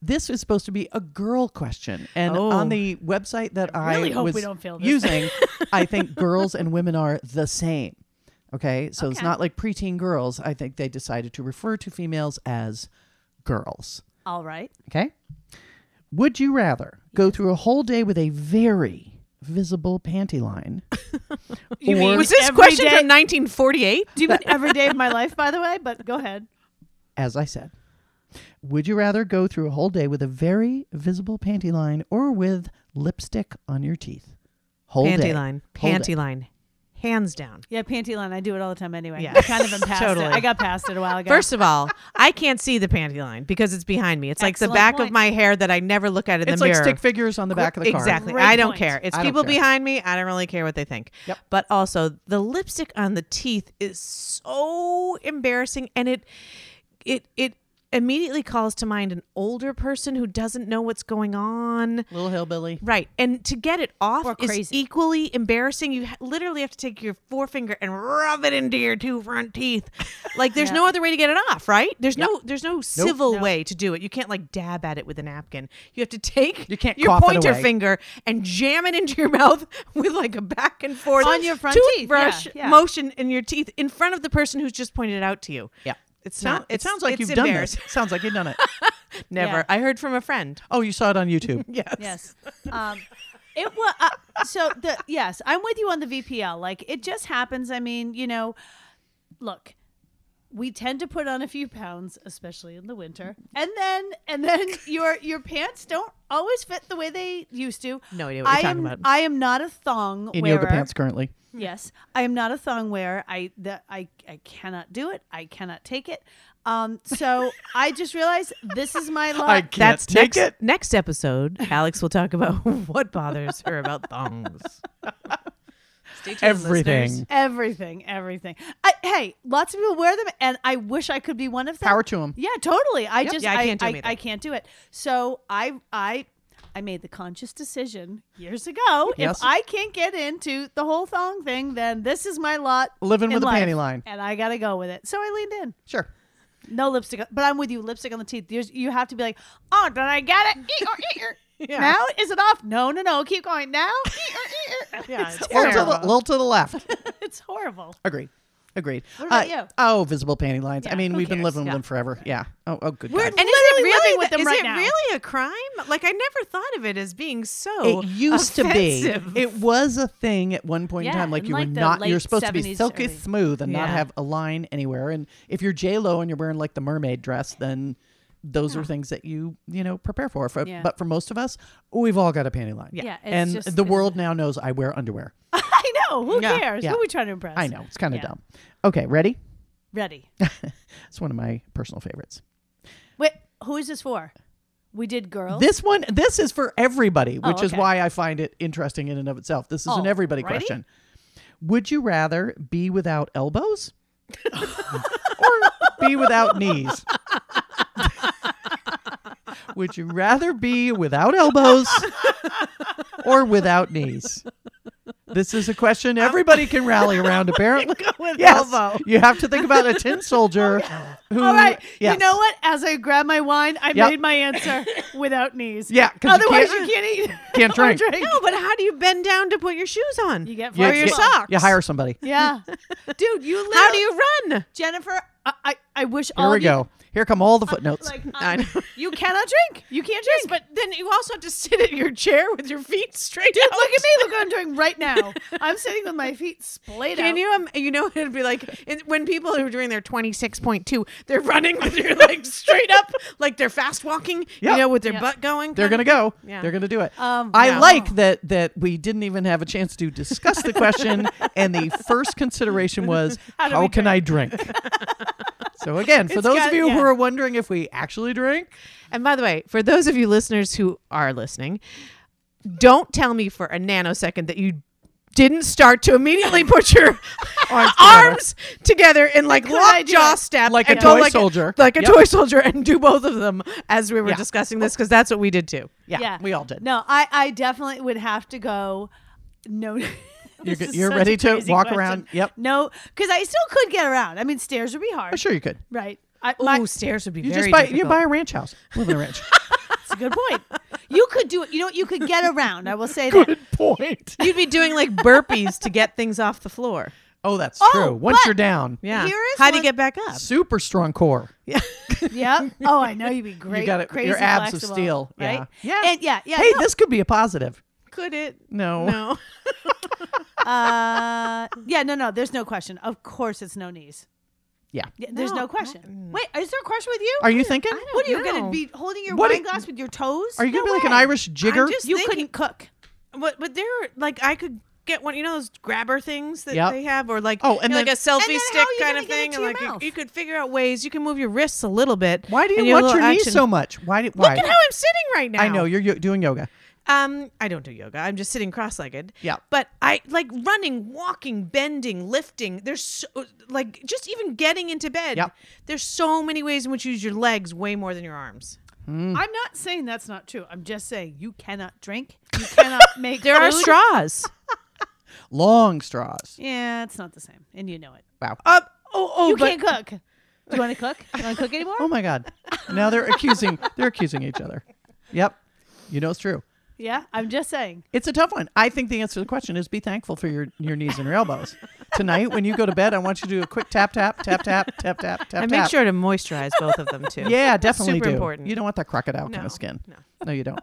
Speaker 2: This is supposed to be a girl question, and
Speaker 3: Oh.
Speaker 2: on the website that I,
Speaker 1: really hope we
Speaker 2: was
Speaker 1: don't fail this.
Speaker 2: using, I think girls and women are the same. Okay, so it's
Speaker 1: Okay.
Speaker 2: not like preteen girls. I think they decided to refer to females as girls.
Speaker 1: all right.
Speaker 2: Okay. Would you rather go through a whole day with a very visible panty line?
Speaker 1: You
Speaker 2: Or-
Speaker 1: mean
Speaker 3: Was this
Speaker 1: every
Speaker 3: question
Speaker 1: day-
Speaker 3: from 1948?
Speaker 1: Do you mean every day of my life, by the way? But go ahead.
Speaker 2: as I said. Would you rather go through a whole day with a very visible panty line or with lipstick on your teeth? Whole
Speaker 3: Panty
Speaker 2: day.
Speaker 3: line.
Speaker 2: Whole
Speaker 3: Panty
Speaker 2: day.
Speaker 3: line. Hands down.
Speaker 1: Yeah, panty line. I do it all the time anyway.
Speaker 3: Yeah.
Speaker 1: I kind of am past
Speaker 3: Totally.
Speaker 1: it. I got past it a while ago.
Speaker 3: First of all, I can't see the panty line because it's behind me. It's like the
Speaker 1: Excellent
Speaker 3: back of
Speaker 1: point.
Speaker 3: my hair that I never look at in
Speaker 2: It's
Speaker 3: the
Speaker 2: like
Speaker 3: mirror.
Speaker 2: stick figures on the back of the car.
Speaker 3: Exactly.
Speaker 1: Great
Speaker 3: I don't
Speaker 1: point.
Speaker 3: care. It's
Speaker 2: I don't
Speaker 3: people
Speaker 2: care.
Speaker 3: behind me. I don't really care what they think.
Speaker 2: Yep.
Speaker 3: But also, the lipstick on the teeth is so embarrassing, and it, it, it immediately calls to mind an older person who doesn't know what's going on.
Speaker 2: Little hillbilly.
Speaker 3: Right. And to get it off
Speaker 1: Or
Speaker 3: is
Speaker 1: crazy.
Speaker 3: equally embarrassing. You ha- literally have to take your forefinger and rub it into your two front teeth. Like there's no other way to get it off, right? There's no there's no civil
Speaker 1: No.
Speaker 3: way to do it. You can't like dab at it with a napkin. You have to take
Speaker 2: You can't
Speaker 3: your
Speaker 2: cough it
Speaker 3: pointer
Speaker 2: away.
Speaker 3: finger and jam it into your mouth with like a back and forth
Speaker 1: On your front teeth. Yeah,
Speaker 3: toothbrush
Speaker 1: yeah.
Speaker 3: motion in your teeth in front of the person who's just pointed it out to you.
Speaker 2: Yeah.
Speaker 3: It's
Speaker 2: Sound-
Speaker 3: not
Speaker 2: it
Speaker 3: it's-
Speaker 2: sounds like
Speaker 3: it's
Speaker 2: you've done this.
Speaker 3: embarrassing.
Speaker 2: It sounds like you've done it.
Speaker 3: Never.
Speaker 1: Yeah.
Speaker 3: I heard from a friend.
Speaker 2: Oh, you saw it on YouTube.
Speaker 3: Yes.
Speaker 1: Yes. Um, it was uh, so the yes, I'm with you on the VPL. Like it just happens. I mean, you know, look, we tend to put on a few pounds, especially in the winter, and then and then your your pants don't always fit the way they used to.
Speaker 3: No idea what
Speaker 1: I
Speaker 3: you're
Speaker 1: am
Speaker 3: talking about.
Speaker 1: I am not a thong
Speaker 2: In
Speaker 1: wearer.
Speaker 2: yoga pants currently.
Speaker 1: Yes, I am not a thong wearer. I that I I cannot do it. I cannot take it. Um, so I just realized this is my luck.
Speaker 2: I can't
Speaker 3: That's
Speaker 2: take
Speaker 3: next,
Speaker 2: it.
Speaker 3: next episode. Alex will talk about what bothers her about thongs. Stay tuned, listeners.
Speaker 2: Everything.
Speaker 1: Everything, everything. I, hey, lots of people wear them, and I wish I could be one of them.
Speaker 2: Power to 'em.
Speaker 1: Yeah, totally. I just
Speaker 3: Yeah,
Speaker 1: I,
Speaker 3: I can't do 'em
Speaker 1: I,
Speaker 3: either.
Speaker 1: I can't do it. So I I I made the conscious decision years ago.
Speaker 2: Yes.
Speaker 1: If I can't get into the whole thong thing, then this is my lot.
Speaker 2: Living
Speaker 1: in
Speaker 2: with a
Speaker 1: life,
Speaker 2: panty line.
Speaker 1: and I gotta go with it. So I leaned in.
Speaker 2: Sure.
Speaker 1: No lipstick, but I'm with you. Lipstick on the teeth. There's, you have to be like, oh, did I get it? Eat or eat or. Now is it off? No, no, no. Keep going. Now, eat or eat or.
Speaker 3: Yeah,
Speaker 1: it's
Speaker 3: it's
Speaker 2: A little to
Speaker 1: horrible.
Speaker 2: the, little to the left.
Speaker 1: it's horrible.
Speaker 2: Agreed. Agreed. What
Speaker 1: about you?
Speaker 2: Oh, visible panty lines. I
Speaker 1: Yeah,
Speaker 2: mean,
Speaker 1: who
Speaker 2: we've been
Speaker 1: cares?
Speaker 2: living with
Speaker 1: Yeah.
Speaker 2: them forever. Yeah. Oh, oh good.
Speaker 1: We're
Speaker 2: God.
Speaker 1: and literally living
Speaker 3: really
Speaker 1: with
Speaker 3: tha-
Speaker 1: them
Speaker 3: is
Speaker 1: right
Speaker 3: it
Speaker 1: now.
Speaker 3: really a crime? Like I never thought of it as being so.
Speaker 2: it used to
Speaker 3: offensive.
Speaker 2: be. It was a thing at one point in
Speaker 1: Yeah,
Speaker 2: time. Like
Speaker 1: in
Speaker 2: you
Speaker 1: like
Speaker 2: were
Speaker 1: the
Speaker 2: not. You're
Speaker 1: late
Speaker 2: supposed to be
Speaker 1: 70s,
Speaker 2: silky
Speaker 1: early-
Speaker 2: smooth and not
Speaker 3: Yeah.
Speaker 2: have a line anywhere. And if you're J Lo and you're wearing like the mermaid dress, then those are things that you you know prepare for. for
Speaker 1: Yeah.
Speaker 2: But for most of us, we've all got a panty line.
Speaker 1: Yeah. Yeah, it's
Speaker 2: and
Speaker 1: just-
Speaker 2: the
Speaker 1: it's-
Speaker 2: world now knows I wear underwear.
Speaker 1: I know. Who
Speaker 3: Yeah,
Speaker 1: cares?
Speaker 2: yeah.
Speaker 1: Who are we trying to impress?
Speaker 2: I know it's kind of
Speaker 1: Yeah.
Speaker 2: dumb. Okay, ready?
Speaker 1: Ready.
Speaker 2: It's one of my personal favorites.
Speaker 1: Wait, who is this for? We did girls.
Speaker 2: This one, this is for everybody,
Speaker 1: Oh,
Speaker 2: which is
Speaker 1: okay. Oh,
Speaker 2: why I find it interesting in and of itself. This is an everybody
Speaker 1: Alrighty.
Speaker 2: question. Would you rather be without elbows or be without knees? Would you rather be without elbows or without knees? This is a question everybody can rally around, apparently.
Speaker 3: with
Speaker 2: yes.
Speaker 3: elbow.
Speaker 2: You have to think about a tin soldier who.
Speaker 1: Oh, All right.
Speaker 2: yes.
Speaker 1: You know what? As I grab my wine, I
Speaker 2: Yep.
Speaker 1: made my answer without knees.
Speaker 2: Yeah, 'cause you
Speaker 1: Otherwise, you
Speaker 2: can't-
Speaker 1: can't, eat.
Speaker 2: Can't
Speaker 1: or
Speaker 2: drink.
Speaker 3: No, but how do you bend down to put your shoes on?
Speaker 1: You get
Speaker 2: You-
Speaker 1: far
Speaker 2: you-
Speaker 1: your socks.
Speaker 2: You hire somebody.
Speaker 1: Yeah. Dude, you literally.
Speaker 3: how do you run?
Speaker 1: Jennifer, I, I, I wish all
Speaker 2: Here we
Speaker 1: of you-
Speaker 2: go. Here come all the footnotes.
Speaker 1: Like,
Speaker 3: I
Speaker 1: um,
Speaker 3: know.
Speaker 1: you cannot drink. You can't drink.
Speaker 3: But then you also have to sit in your chair with your feet straight out.
Speaker 1: Look at me. Look what I'm doing right now. I'm sitting with my feet splayed out.
Speaker 3: Can you? Um, you know, it'd be like and when people are doing their twenty six point two, they're running with their legs straight up, like they're fast walking.
Speaker 2: Yeah.
Speaker 3: You know, with their
Speaker 1: Yeah.
Speaker 3: butt going.
Speaker 2: They're
Speaker 3: kinda.
Speaker 2: gonna go.
Speaker 3: Yeah.
Speaker 2: They're gonna do it.
Speaker 1: Um,
Speaker 2: I
Speaker 1: yeah.
Speaker 2: like that that we didn't even have a chance to discuss the question, and the first consideration was how,
Speaker 1: do we
Speaker 2: can I drink? so again, for
Speaker 3: It's
Speaker 2: those
Speaker 3: got-
Speaker 2: of you who
Speaker 3: yeah.
Speaker 2: are wondering if we actually drink,
Speaker 3: And by the way, for those of you listeners who are listening, don't tell me for a nanosecond that you didn't start to immediately put your
Speaker 2: Arms
Speaker 3: arms,
Speaker 2: together.
Speaker 3: together in like
Speaker 1: idea.
Speaker 3: lockjaw step,
Speaker 2: Like a
Speaker 3: and go
Speaker 2: toy soldier.
Speaker 3: like a
Speaker 2: Yep.
Speaker 3: toy soldier, and do both of them as we were
Speaker 2: Yeah.
Speaker 3: discussing this because that's what we did too.
Speaker 2: yeah, we all did.
Speaker 1: No, I, I definitely would have to go. No,
Speaker 2: You're
Speaker 1: This
Speaker 2: g-
Speaker 1: is
Speaker 2: you're
Speaker 1: such
Speaker 2: ready
Speaker 1: a
Speaker 2: to
Speaker 1: crazy
Speaker 2: walk
Speaker 1: question.
Speaker 2: around. Yep.
Speaker 1: No, because I still could get around. I mean, stairs would be hard.
Speaker 2: I'm oh, sure you could.
Speaker 1: Right. I, my,
Speaker 3: Oh, stairs would be
Speaker 2: You
Speaker 3: very
Speaker 2: just buy you
Speaker 3: difficult.
Speaker 2: buy a ranch house. Live in a ranch.
Speaker 1: that's a good point. You could do it. You know what? You could get around. I will say that.
Speaker 2: Good point.
Speaker 3: You'd be doing like burpees to get things off the floor.
Speaker 2: Oh, that's
Speaker 1: Oh,
Speaker 2: true. Once
Speaker 1: but-
Speaker 2: you're down,
Speaker 3: Yeah.
Speaker 1: Here is
Speaker 3: How do
Speaker 1: one-
Speaker 3: you get back up?
Speaker 2: super strong core.
Speaker 3: Yeah.
Speaker 1: Yeah. Oh, I know you'd be great.
Speaker 2: got it.
Speaker 1: Crazy
Speaker 2: Your abs of
Speaker 1: flexible,
Speaker 2: steel.
Speaker 1: Right?
Speaker 2: Yeah.
Speaker 1: And yeah. Yeah.
Speaker 2: Hey,
Speaker 1: no,
Speaker 2: this could be a positive.
Speaker 3: Could it?
Speaker 2: No.
Speaker 3: No.
Speaker 1: uh, yeah. No. No. There's no question. Of course, it's no knees.
Speaker 2: Yeah.
Speaker 1: Yeah, there's
Speaker 3: No,
Speaker 1: no
Speaker 3: I-
Speaker 1: question. Wait, is there a question with you?
Speaker 2: Are you thinking?
Speaker 1: What are you
Speaker 3: don't
Speaker 1: going to
Speaker 3: know.
Speaker 1: be holding your
Speaker 2: What
Speaker 1: wine
Speaker 2: it-
Speaker 1: glass with your toes?
Speaker 2: Are you
Speaker 1: No
Speaker 2: gonna be like an
Speaker 1: way.
Speaker 2: Irish jigger?
Speaker 3: just
Speaker 1: You
Speaker 3: thinking-
Speaker 1: couldn't cook.
Speaker 3: But but there are like I could get one. You know those grabber things that
Speaker 2: Yep.
Speaker 3: they have, or like
Speaker 2: Oh,
Speaker 3: you
Speaker 2: and
Speaker 3: know, like
Speaker 2: then-
Speaker 3: a selfie
Speaker 1: And then how
Speaker 3: stick
Speaker 1: are you
Speaker 3: kind
Speaker 1: gonna
Speaker 3: of
Speaker 1: get it
Speaker 3: thing.
Speaker 1: to
Speaker 3: and,
Speaker 1: your
Speaker 3: like you-
Speaker 1: mouth?
Speaker 3: you could figure out ways. You can move your wrists a little bit.
Speaker 2: Why do
Speaker 3: and
Speaker 2: you
Speaker 3: have a
Speaker 2: want your
Speaker 3: little
Speaker 2: knees
Speaker 3: action.
Speaker 2: so much? Why do why?
Speaker 3: Look at how I'm sitting right now.
Speaker 2: I know you're yo- doing yoga.
Speaker 3: Um, I don't do yoga. I'm just sitting cross-legged.
Speaker 2: Yeah.
Speaker 3: But I like running, walking, bending, lifting. There's so, like just even getting into bed.
Speaker 2: Yep.
Speaker 3: There's so many ways in which you use your legs way more than your arms.
Speaker 2: Mm.
Speaker 1: I'm not saying that's not true. I'm just saying you cannot drink. You cannot make.
Speaker 3: There are
Speaker 1: food.
Speaker 3: straws.
Speaker 2: Long straws.
Speaker 1: Yeah, it's not the same, and you know it.
Speaker 2: Wow.
Speaker 3: Uh, oh, oh,
Speaker 1: You
Speaker 3: but
Speaker 1: can't cook. Do you want to cook? You want to cook anymore?
Speaker 2: Oh my god. Now they're accusing they're accusing each other. Yep. You know it's true.
Speaker 1: Yeah, I'm just saying.
Speaker 2: It's a tough one. I think the answer to the question is be thankful for your, your knees and your elbows. Tonight when you go to bed, I want you to do a quick tap tap tap tap tap tap tap.
Speaker 3: and make
Speaker 2: tap.
Speaker 3: sure to moisturize both of them too.
Speaker 2: Yeah, definitely
Speaker 3: super
Speaker 2: do.
Speaker 3: important.
Speaker 2: You don't want that crocodile kind
Speaker 3: No,
Speaker 2: of skin.
Speaker 3: no.
Speaker 2: No, you don't.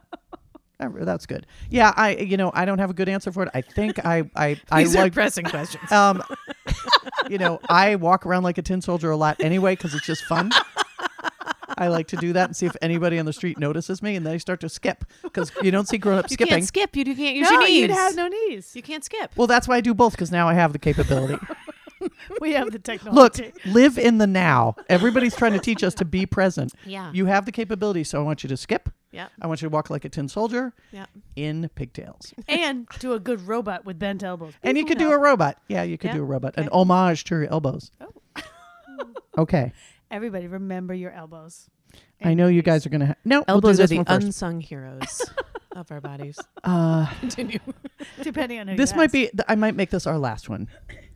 Speaker 2: That- That's good. Yeah, I you know I don't have a good answer for it. I think I I I
Speaker 3: These are
Speaker 2: like
Speaker 3: pressing questions.
Speaker 2: um, you know, I walk around like a tin soldier a lot anyway because it's just fun. I like to do that and see if anybody on the street notices me, and then I start to skip because you don't see grown up
Speaker 3: You
Speaker 2: skipping.
Speaker 3: can't skip. You, you can't use
Speaker 1: No,
Speaker 3: your knees.
Speaker 1: you'd have no knees.
Speaker 3: You can't skip.
Speaker 2: well, that's why I do both because now I have the capability.
Speaker 1: we have the technology.
Speaker 2: Look, live in the now. Everybody's trying to teach us to be present.
Speaker 3: Yeah.
Speaker 2: You have the capability, so I want you to skip.
Speaker 3: Yep.
Speaker 2: I want you to walk like a tin soldier
Speaker 3: Yep.
Speaker 2: in pigtails.
Speaker 1: and do a good robot with bent elbows.
Speaker 2: And you
Speaker 1: People
Speaker 2: could do
Speaker 1: know.
Speaker 2: a robot. Yeah, you could
Speaker 3: Yeah. Oh.
Speaker 2: do a robot. An homage to your elbows. okay.
Speaker 1: Everybody, remember your elbows.
Speaker 2: I know you guys are going to ha- No,
Speaker 3: Elbows
Speaker 2: we'll do
Speaker 3: are
Speaker 2: this
Speaker 3: the
Speaker 2: one first.
Speaker 3: unsung heroes of our bodies.
Speaker 2: uh,
Speaker 3: Continue.
Speaker 1: Depending on who.
Speaker 2: this
Speaker 1: you
Speaker 2: might
Speaker 1: ask.
Speaker 2: be th- I might make this our last one.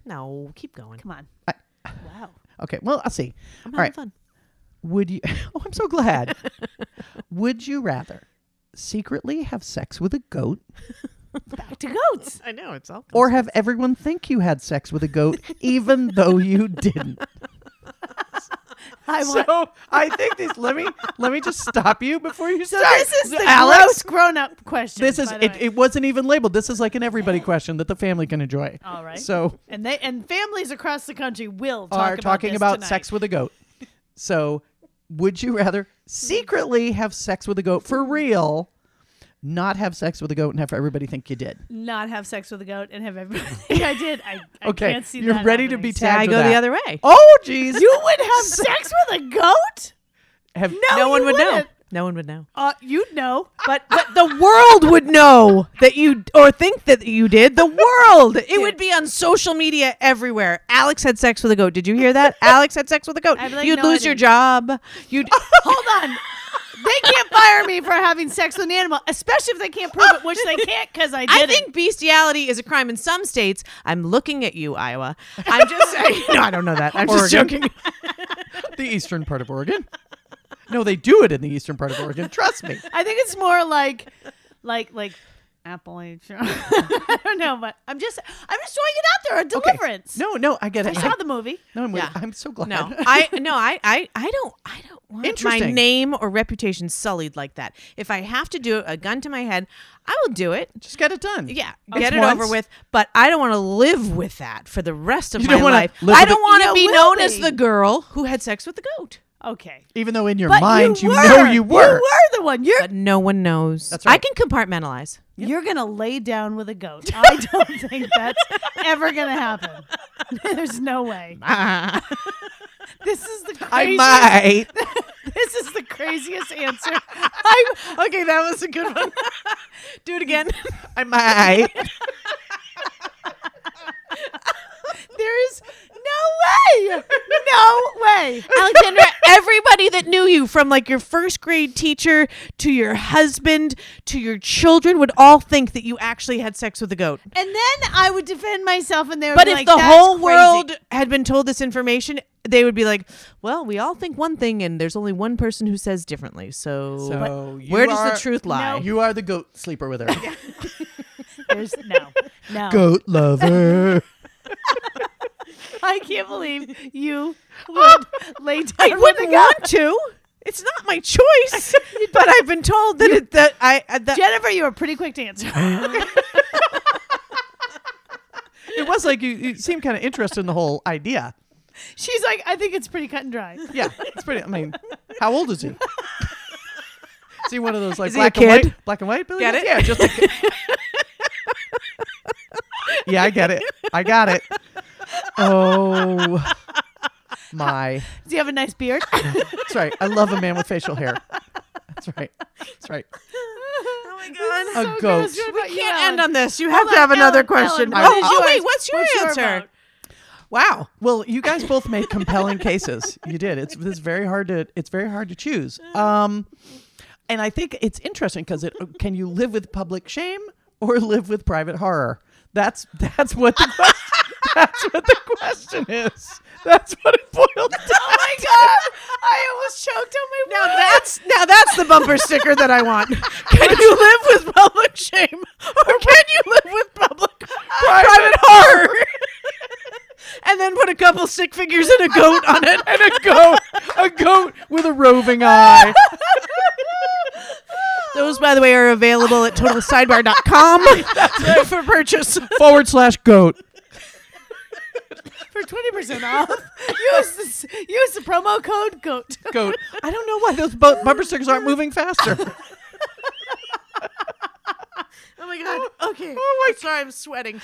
Speaker 3: No, keep going.
Speaker 1: Come on. wow.
Speaker 2: Okay. Well, I'll see.
Speaker 3: I'm
Speaker 2: All
Speaker 3: having
Speaker 2: right.
Speaker 3: fun.
Speaker 2: Would you Oh, I'm so glad. Would you rather secretly have sex with a goat
Speaker 1: Back to goats.
Speaker 3: I know it's all.
Speaker 2: or have everyone think you had sex with a goat even though you didn't?
Speaker 1: I want.
Speaker 2: So I think this. Let me let me just stop you before you
Speaker 1: So,
Speaker 2: start.
Speaker 1: this is the
Speaker 2: Alex.
Speaker 1: gross grown-up question.
Speaker 2: This is
Speaker 1: by the
Speaker 2: it,
Speaker 1: way.
Speaker 2: it. wasn't even labeled. This is like an everybody question that the family can enjoy.
Speaker 1: All right.
Speaker 2: So
Speaker 1: and they and families across the country will talk
Speaker 2: are
Speaker 1: about
Speaker 2: talking
Speaker 1: this
Speaker 2: about
Speaker 1: tonight.
Speaker 2: sex with a goat. So would you rather secretly have sex with a goat for real, not have sex with a goat and have everybody think you did?
Speaker 1: Not have sex with a goat and have everybody. I did. I, I
Speaker 2: Okay,
Speaker 1: can't see
Speaker 2: you're
Speaker 1: that
Speaker 2: ready to
Speaker 1: happening.
Speaker 2: be
Speaker 3: See, I
Speaker 2: tagged
Speaker 3: go
Speaker 2: with
Speaker 3: the
Speaker 2: that.
Speaker 3: other way.
Speaker 2: Oh jeez,
Speaker 1: You would have sex with a goat?
Speaker 2: have
Speaker 1: No,
Speaker 3: no one
Speaker 1: you
Speaker 3: would know.
Speaker 1: wouldn't.
Speaker 3: No one would know.
Speaker 1: Uh, you'd know.
Speaker 3: But but the world would know that you or think that you did. The world. It would be on social media everywhere. Alex had sex with a goat. Did you hear that? Alex had sex with a goat.
Speaker 1: I'd be like,
Speaker 3: You'd
Speaker 1: "No, I
Speaker 3: lose your
Speaker 1: didn't."
Speaker 3: job. You'd
Speaker 1: Hold on. They can't fire me for having sex with an animal, especially if they can't prove it, which they can't because I
Speaker 3: I
Speaker 1: did
Speaker 3: think bestiality is a crime in some states. I'm looking at you, Iowa. I'm just saying. No, I don't know that. I'm just
Speaker 2: Oregon.
Speaker 3: joking.
Speaker 2: the eastern part of Oregon. No, they do it in the eastern part of Oregon. Trust me.
Speaker 1: I think it's more like, like, like Appalachia. I don't know, but I'm just, I'm just throwing it out there. A
Speaker 2: Okay.
Speaker 1: deliverance.
Speaker 2: No, no, I get
Speaker 1: I
Speaker 2: it.
Speaker 1: saw the movie.
Speaker 2: no, I'm, with-
Speaker 3: Yeah.
Speaker 2: I'm so glad.
Speaker 3: No, I no, I, I I don't I don't want my
Speaker 2: Interesting.
Speaker 3: name or reputation sullied like that. If I have to do it, a gun to my head, I will do it.
Speaker 2: Just get it done.
Speaker 3: Yeah,
Speaker 2: It's
Speaker 3: get it
Speaker 2: once.
Speaker 3: over with. But I don't want to live with that for the rest of
Speaker 2: You
Speaker 3: my
Speaker 2: don't wanna
Speaker 3: life.
Speaker 2: live
Speaker 3: I
Speaker 2: with
Speaker 3: don't
Speaker 2: it-
Speaker 3: want
Speaker 1: You
Speaker 3: to be
Speaker 1: will
Speaker 3: known
Speaker 1: be.
Speaker 3: as the girl who had sex with the goat.
Speaker 1: Okay.
Speaker 2: Even though in your
Speaker 1: But
Speaker 2: mind you,
Speaker 1: were,
Speaker 2: know you were.
Speaker 1: You were the one. You're
Speaker 3: But no one knows.
Speaker 2: That's right.
Speaker 3: I can compartmentalize.
Speaker 1: you're gonna lay down with a goat. I don't think that's ever gonna happen. There's no way. This is the
Speaker 2: I
Speaker 1: craziest.
Speaker 2: might.
Speaker 1: This is the craziest answer.
Speaker 3: I'm, okay, that was a good one. do it again.
Speaker 2: I might.
Speaker 1: There is no way. No way.
Speaker 3: Alexandra, everybody that knew you from like your first grade teacher to your husband to your children would all think that you actually had sex with a goat.
Speaker 1: And then I would defend myself, and they would
Speaker 3: But
Speaker 1: be
Speaker 3: if
Speaker 1: like,
Speaker 3: the
Speaker 1: "That's
Speaker 3: whole
Speaker 1: crazy."
Speaker 3: world had been told this information, they would be like, well, we all think one thing and there's only one person who says differently. So,
Speaker 2: So Oh, you
Speaker 3: where does
Speaker 2: are-
Speaker 3: the truth lie?
Speaker 2: You are the goat sleeper with her.
Speaker 1: there's no, no,
Speaker 2: Goat lover.
Speaker 1: I can't believe you would lay down
Speaker 3: I
Speaker 1: with a
Speaker 3: wouldn't
Speaker 1: goat.
Speaker 3: want to. It's not my choice, but I've been told that it, that I uh, that
Speaker 1: Jennifer, you were pretty quick to answer.
Speaker 2: it was like you, you seemed kind of interested in the whole idea.
Speaker 1: She's like, I think it's pretty cut and dry.
Speaker 2: Yeah, it's pretty. I mean, how old is he? Is he one of those like
Speaker 3: Is he a
Speaker 2: black
Speaker 3: kid?
Speaker 2: and white? Black and white. Billy
Speaker 3: Get
Speaker 2: Goats?
Speaker 3: it?
Speaker 2: Yeah, just. a kid. yeah, I get it. I got it. Oh my!
Speaker 1: Do you have a nice beard?
Speaker 2: That's right. I love a man with facial hair. That's right. That's right.
Speaker 3: Oh my god.
Speaker 2: A goat.
Speaker 3: We can't end on this. You have
Speaker 1: Hold
Speaker 3: to have
Speaker 1: on,
Speaker 3: another
Speaker 1: Ellen,
Speaker 3: question.
Speaker 1: Ellen, what
Speaker 3: oh,
Speaker 1: is
Speaker 3: oh,
Speaker 1: yours?
Speaker 3: wait, what's your
Speaker 1: What's your
Speaker 3: answer?
Speaker 1: vote?
Speaker 2: Wow. Well, you guys both made compelling cases. You did. It's it's very hard to it's very hard to choose. Um, and I think it's interesting because it can you live with public shame or live with private horror? That's that's what the question, that's what the question is. That's what it boiled down.
Speaker 1: Oh my god! I almost choked on my
Speaker 3: Now that's now that's the bumper sticker that I want. Can you live with public shame, or can you live with public private, horror? and then put a couple stick figures and a goat on it.
Speaker 2: And a goat, a goat with a roving eye.
Speaker 3: Those, by the way, are available at totalsidebar.com for purchase.
Speaker 2: Forward slash goat.
Speaker 1: for twenty percent off. Use this, use the promo code GOAT. Oh
Speaker 2: Goat. I don't know why those bu- bumper stickers aren't moving faster.
Speaker 3: Oh Oh my god. Okay.
Speaker 2: Oh my
Speaker 3: I'm sorry, I'm sweating.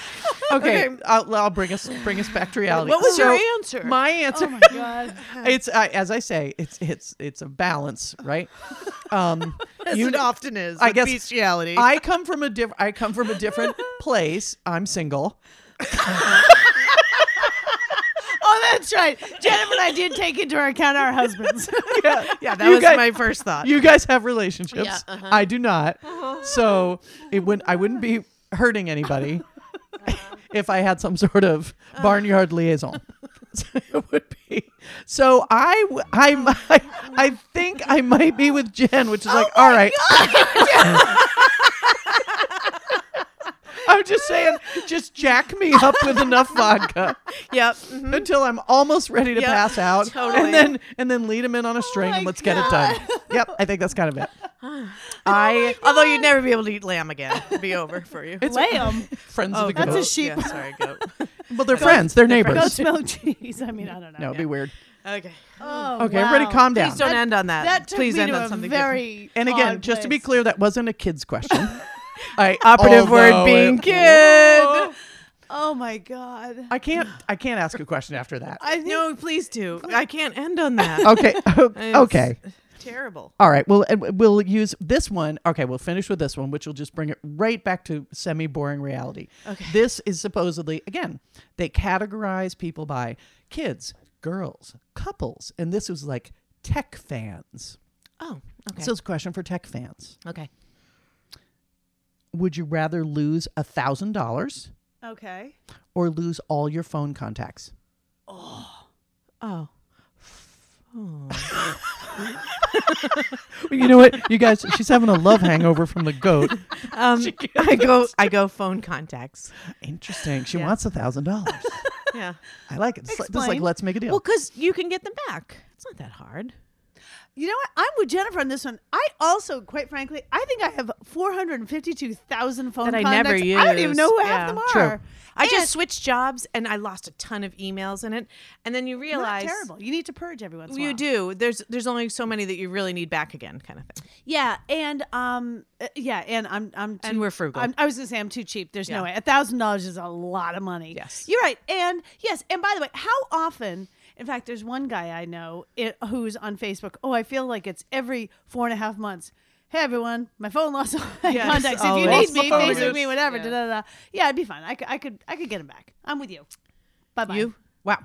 Speaker 2: Okay,
Speaker 3: Okay.
Speaker 2: I'll, I'll bring us bring us back to reality.
Speaker 3: What was your
Speaker 2: So,
Speaker 3: answer?
Speaker 2: My answer.
Speaker 1: Oh my god.
Speaker 2: it's I as I say, it's it's it's a balance, right? Um,
Speaker 3: As
Speaker 2: you
Speaker 3: it
Speaker 2: know,
Speaker 3: often is.
Speaker 2: I
Speaker 3: with
Speaker 2: guess
Speaker 3: bestiality.
Speaker 2: I come from a different I come from a different place. I'm single.
Speaker 1: Oh, that's right. Jennifer and I did take into account our husbands.
Speaker 2: Yeah,
Speaker 3: yeah, that
Speaker 2: you
Speaker 3: was
Speaker 2: guys-
Speaker 3: my first thought.
Speaker 2: You guys have relationships.
Speaker 3: Yeah, uh-huh.
Speaker 2: I do not. So it would I wouldn't be hurting anybody
Speaker 3: Uh-huh.
Speaker 2: if I had some sort of barnyard liaison. So it would be. So I w- I might, I think I might be with Jen, which is like
Speaker 3: Oh
Speaker 2: all right. I'm just saying, just jack me up with enough vodka
Speaker 3: yep.
Speaker 2: until I'm almost ready to
Speaker 3: Yep,
Speaker 2: pass out,
Speaker 3: totally.
Speaker 2: and then and then lead him in on a string, and
Speaker 1: my
Speaker 2: let's get it done. Yep, I think that's kind of it. I
Speaker 3: Although you'd never be able to eat lamb again. It'd be over for you.
Speaker 2: It's-
Speaker 1: Lamb.
Speaker 2: friends
Speaker 3: Oh,
Speaker 2: of the
Speaker 1: that's
Speaker 2: goat.
Speaker 1: a sheep.
Speaker 3: Yeah, sorry, goat.
Speaker 2: well, they're friends. They're neighbors.
Speaker 1: Goats milk cheese. I mean, I don't
Speaker 2: No,
Speaker 1: know.
Speaker 2: it'd be weird.
Speaker 3: okay.
Speaker 1: Oh,
Speaker 2: Okay, everybody,
Speaker 1: wow.
Speaker 2: calm down.
Speaker 3: Please don't
Speaker 1: That-
Speaker 3: end on that.
Speaker 1: That took
Speaker 3: Please
Speaker 1: me
Speaker 3: end
Speaker 1: to
Speaker 3: on
Speaker 1: a
Speaker 3: something different.
Speaker 1: very
Speaker 2: And again,
Speaker 1: odd
Speaker 2: just to be
Speaker 1: place.
Speaker 2: clear, that wasn't a kid's question. I
Speaker 3: Operative
Speaker 2: although
Speaker 3: word being
Speaker 2: it-
Speaker 3: kid.
Speaker 1: Oh my god.
Speaker 2: I can't. I can't ask a question after that.
Speaker 1: I think
Speaker 3: No, please do. I can't end on that.
Speaker 2: Okay.
Speaker 3: It's
Speaker 2: Oh, Okay.
Speaker 3: Terrible.
Speaker 2: All right. Well, and we'll use this one. Okay, we'll finish with this one, which will just bring it right back to semi-boring reality. Okay. This is supposedly again they categorize people by kids, girls, couples, and this was like tech fans.
Speaker 3: Oh. Okay.
Speaker 2: So it's a question for tech fans:
Speaker 3: okay.
Speaker 2: Would you rather lose a thousand dollars
Speaker 1: Okay.
Speaker 2: or lose all your phone contacts?
Speaker 3: Oh.
Speaker 2: Well, you know what, you guys? She's having a love hangover from the goat.
Speaker 3: Um, I go. I go phone contacts.
Speaker 2: Interesting. She
Speaker 3: Yeah.
Speaker 2: wants a thousand dollars.
Speaker 3: Yeah.
Speaker 2: I like it. It's like, this is like
Speaker 1: Explain.
Speaker 2: let's make a deal.
Speaker 3: Well, because you can get them back. It's not that hard.
Speaker 1: You know what? I'm with Jennifer on this one. I also, quite frankly, I think I have 452,000 phone
Speaker 3: That I
Speaker 1: contacts.
Speaker 3: never
Speaker 1: I don't even
Speaker 3: use.
Speaker 1: know who
Speaker 3: Yeah.
Speaker 1: half them are.
Speaker 2: True.
Speaker 3: I
Speaker 1: And
Speaker 3: just switched jobs and I lost a ton of emails in it. And then you
Speaker 1: not
Speaker 3: realize
Speaker 1: terrible. You need to purge every once in a
Speaker 3: you
Speaker 1: while.
Speaker 3: do. There's there's only so many that you really need back again, kind of thing.
Speaker 1: Yeah, and um, uh, yeah, and I'm I'm too,
Speaker 3: And we're frugal.
Speaker 1: I'm, I was gonna say I'm too cheap. There's
Speaker 3: Yeah.
Speaker 1: no way. A thousand dollars is a lot of money.
Speaker 3: Yes.
Speaker 1: you're right. And yes, and by the way, how often? In fact, there's one guy I know it, who's on Facebook. Oh, I feel like it's every four and a half months. Hey everyone, my phone lost all my
Speaker 3: Yes, Oh,
Speaker 1: contacts. If you
Speaker 3: always.
Speaker 1: need me,
Speaker 3: Always.
Speaker 1: Facebook me, whatever.
Speaker 3: Yeah.
Speaker 1: Yeah. Da, da, da. yeah, it'd be fine. I could, I could, I could get him back. I'm with you. Bye bye.
Speaker 3: You?
Speaker 2: Wow.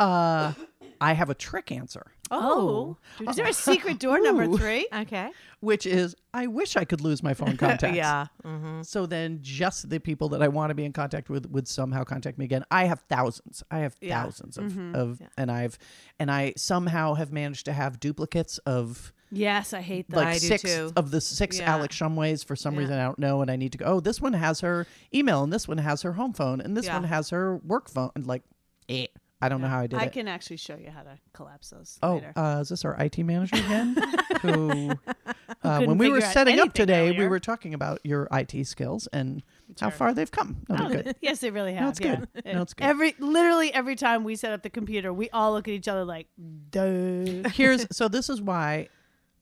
Speaker 2: Uh, I have a trick answer,
Speaker 1: Oh. is there a secret door
Speaker 2: Ooh.
Speaker 1: number three?
Speaker 3: Okay.
Speaker 2: which is I wish I could lose my phone contacts.
Speaker 3: Yeah. Mm-hmm.
Speaker 2: So then just the people that I want to be in contact with would somehow contact me again. I have thousands. I have
Speaker 3: Yeah. Mm-hmm.
Speaker 2: thousands of, of and I've and I somehow have managed to have duplicates of
Speaker 1: Yes, I hate that.
Speaker 2: like
Speaker 3: I do
Speaker 2: six
Speaker 3: too.
Speaker 2: of the six
Speaker 3: Yeah.
Speaker 2: Alex Shumways for some
Speaker 3: Yeah.
Speaker 2: reason I don't know, and I need to go. Oh, this one has her email, and this one has her home phone, and this
Speaker 3: Yeah.
Speaker 2: one has her work phone. And like, eh, I don't know how I did
Speaker 1: I
Speaker 2: it.
Speaker 1: can actually show you how to collapse those
Speaker 2: Oh,
Speaker 1: later.
Speaker 2: uh, is this our IT manager again? Who, uh, when
Speaker 1: couldn't
Speaker 2: we were
Speaker 1: figure out
Speaker 2: setting up
Speaker 1: anything
Speaker 2: today, we
Speaker 1: earlier.
Speaker 2: were talking about your IT skills and how far they've come. No, they're good.
Speaker 1: Oh, yes, they really have.
Speaker 2: it's
Speaker 1: yeah.
Speaker 2: good. No, it's good.
Speaker 1: Every literally every time we set up the computer, we all look at each other like, duh.
Speaker 2: Here's so this is why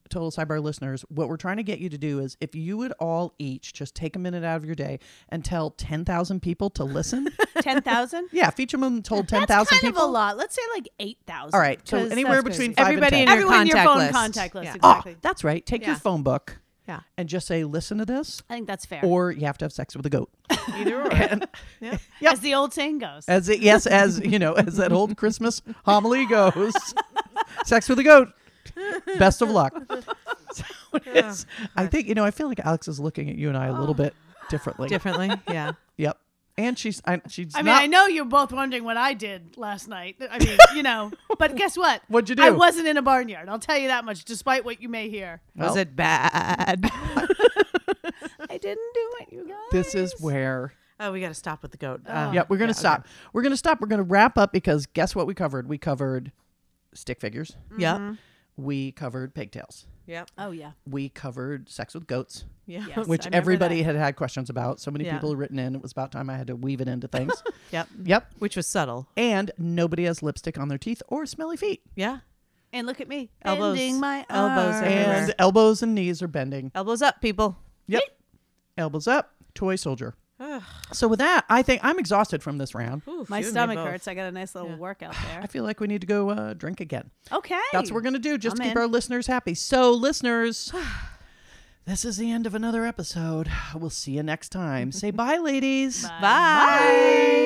Speaker 2: total sidebar listeners what we're trying to get you to do is if you would all each just take a minute out of your day and tell 10,000 people to listen
Speaker 1: Ten thousand.
Speaker 2: yeah if each of them told
Speaker 1: That's
Speaker 2: 10,000
Speaker 1: kind
Speaker 2: people
Speaker 1: of a lot. Let's say like eight thousand.
Speaker 2: all right so anywhere between five
Speaker 3: Everybody
Speaker 2: and
Speaker 3: in
Speaker 2: 10.
Speaker 3: your
Speaker 1: everyone in your
Speaker 3: contact
Speaker 1: phone
Speaker 3: list.
Speaker 1: contact list.
Speaker 3: Yeah.
Speaker 1: Exactly.
Speaker 2: oh that's right take your
Speaker 3: Yeah.
Speaker 2: phone book
Speaker 3: Yeah.
Speaker 2: and just say listen to this
Speaker 1: I think that's fair.
Speaker 2: or you have to have sex with a goat
Speaker 3: Either or. yeah.
Speaker 1: As the old saying goes.
Speaker 2: As it, yes, as you know, as that old Christmas homily goes, sex with a goat. Best of luck. So it's- I think you know. I feel like Alex is looking at you and I a
Speaker 1: Oh.
Speaker 2: little bit differently.
Speaker 3: Differently. Yeah.
Speaker 2: Yep. And she's I, she's.
Speaker 1: I mean,
Speaker 2: not,
Speaker 1: I know you're both wondering what I did last night. I mean, you know, but guess what?
Speaker 2: What'd you
Speaker 1: I
Speaker 2: do?
Speaker 1: wasn't in a barnyard. I'll tell you that much, despite what you may hear.
Speaker 2: well,
Speaker 3: Was it bad?
Speaker 1: I didn't do it, you guys.
Speaker 2: This is where.
Speaker 3: oh, we got to stop with the goat.
Speaker 1: Oh,
Speaker 3: Um,
Speaker 2: Yep. We're gonna
Speaker 3: yeah,
Speaker 2: stop. We're gonna stop. We're gonna wrap up because guess what? We covered. We covered stick figures.
Speaker 3: Okay. Yep.
Speaker 2: We covered pigtails.
Speaker 3: Yep.
Speaker 1: Oh yeah.
Speaker 2: We covered sex with goats.
Speaker 3: Yeah.
Speaker 1: Yes.
Speaker 2: which
Speaker 1: I remember
Speaker 2: everybody
Speaker 1: that.
Speaker 2: had had questions about. So many
Speaker 3: Yeah.
Speaker 2: people had written in. It was about time I had to weave it into things.
Speaker 3: Yep.
Speaker 2: yep.
Speaker 3: Which was subtle.
Speaker 2: And nobody has lipstick on their teeth or smelly feet.
Speaker 3: Yeah.
Speaker 1: And look at me,
Speaker 3: Elbows.
Speaker 1: bending my
Speaker 3: Elbows
Speaker 1: arms.
Speaker 3: everywhere.
Speaker 2: And elbows and knees are bending.
Speaker 3: Elbows up, people.
Speaker 2: Yep. elbows up, toy soldier.
Speaker 3: Ugh.
Speaker 2: So with that, I think I'm exhausted from this round.
Speaker 3: Oof,
Speaker 1: My
Speaker 3: you and me
Speaker 1: stomach
Speaker 3: both.
Speaker 1: hurts. I got a nice little workout
Speaker 2: I
Speaker 1: there.
Speaker 2: feel like we need to go uh, drink again.
Speaker 1: Okay.
Speaker 2: That's what we're going to do, just
Speaker 1: I'm
Speaker 2: to keep
Speaker 1: in.
Speaker 2: our listeners happy. So, listeners, this is the end of another episode. We'll see you next time. Say bye, ladies.
Speaker 1: Bye.
Speaker 3: Bye.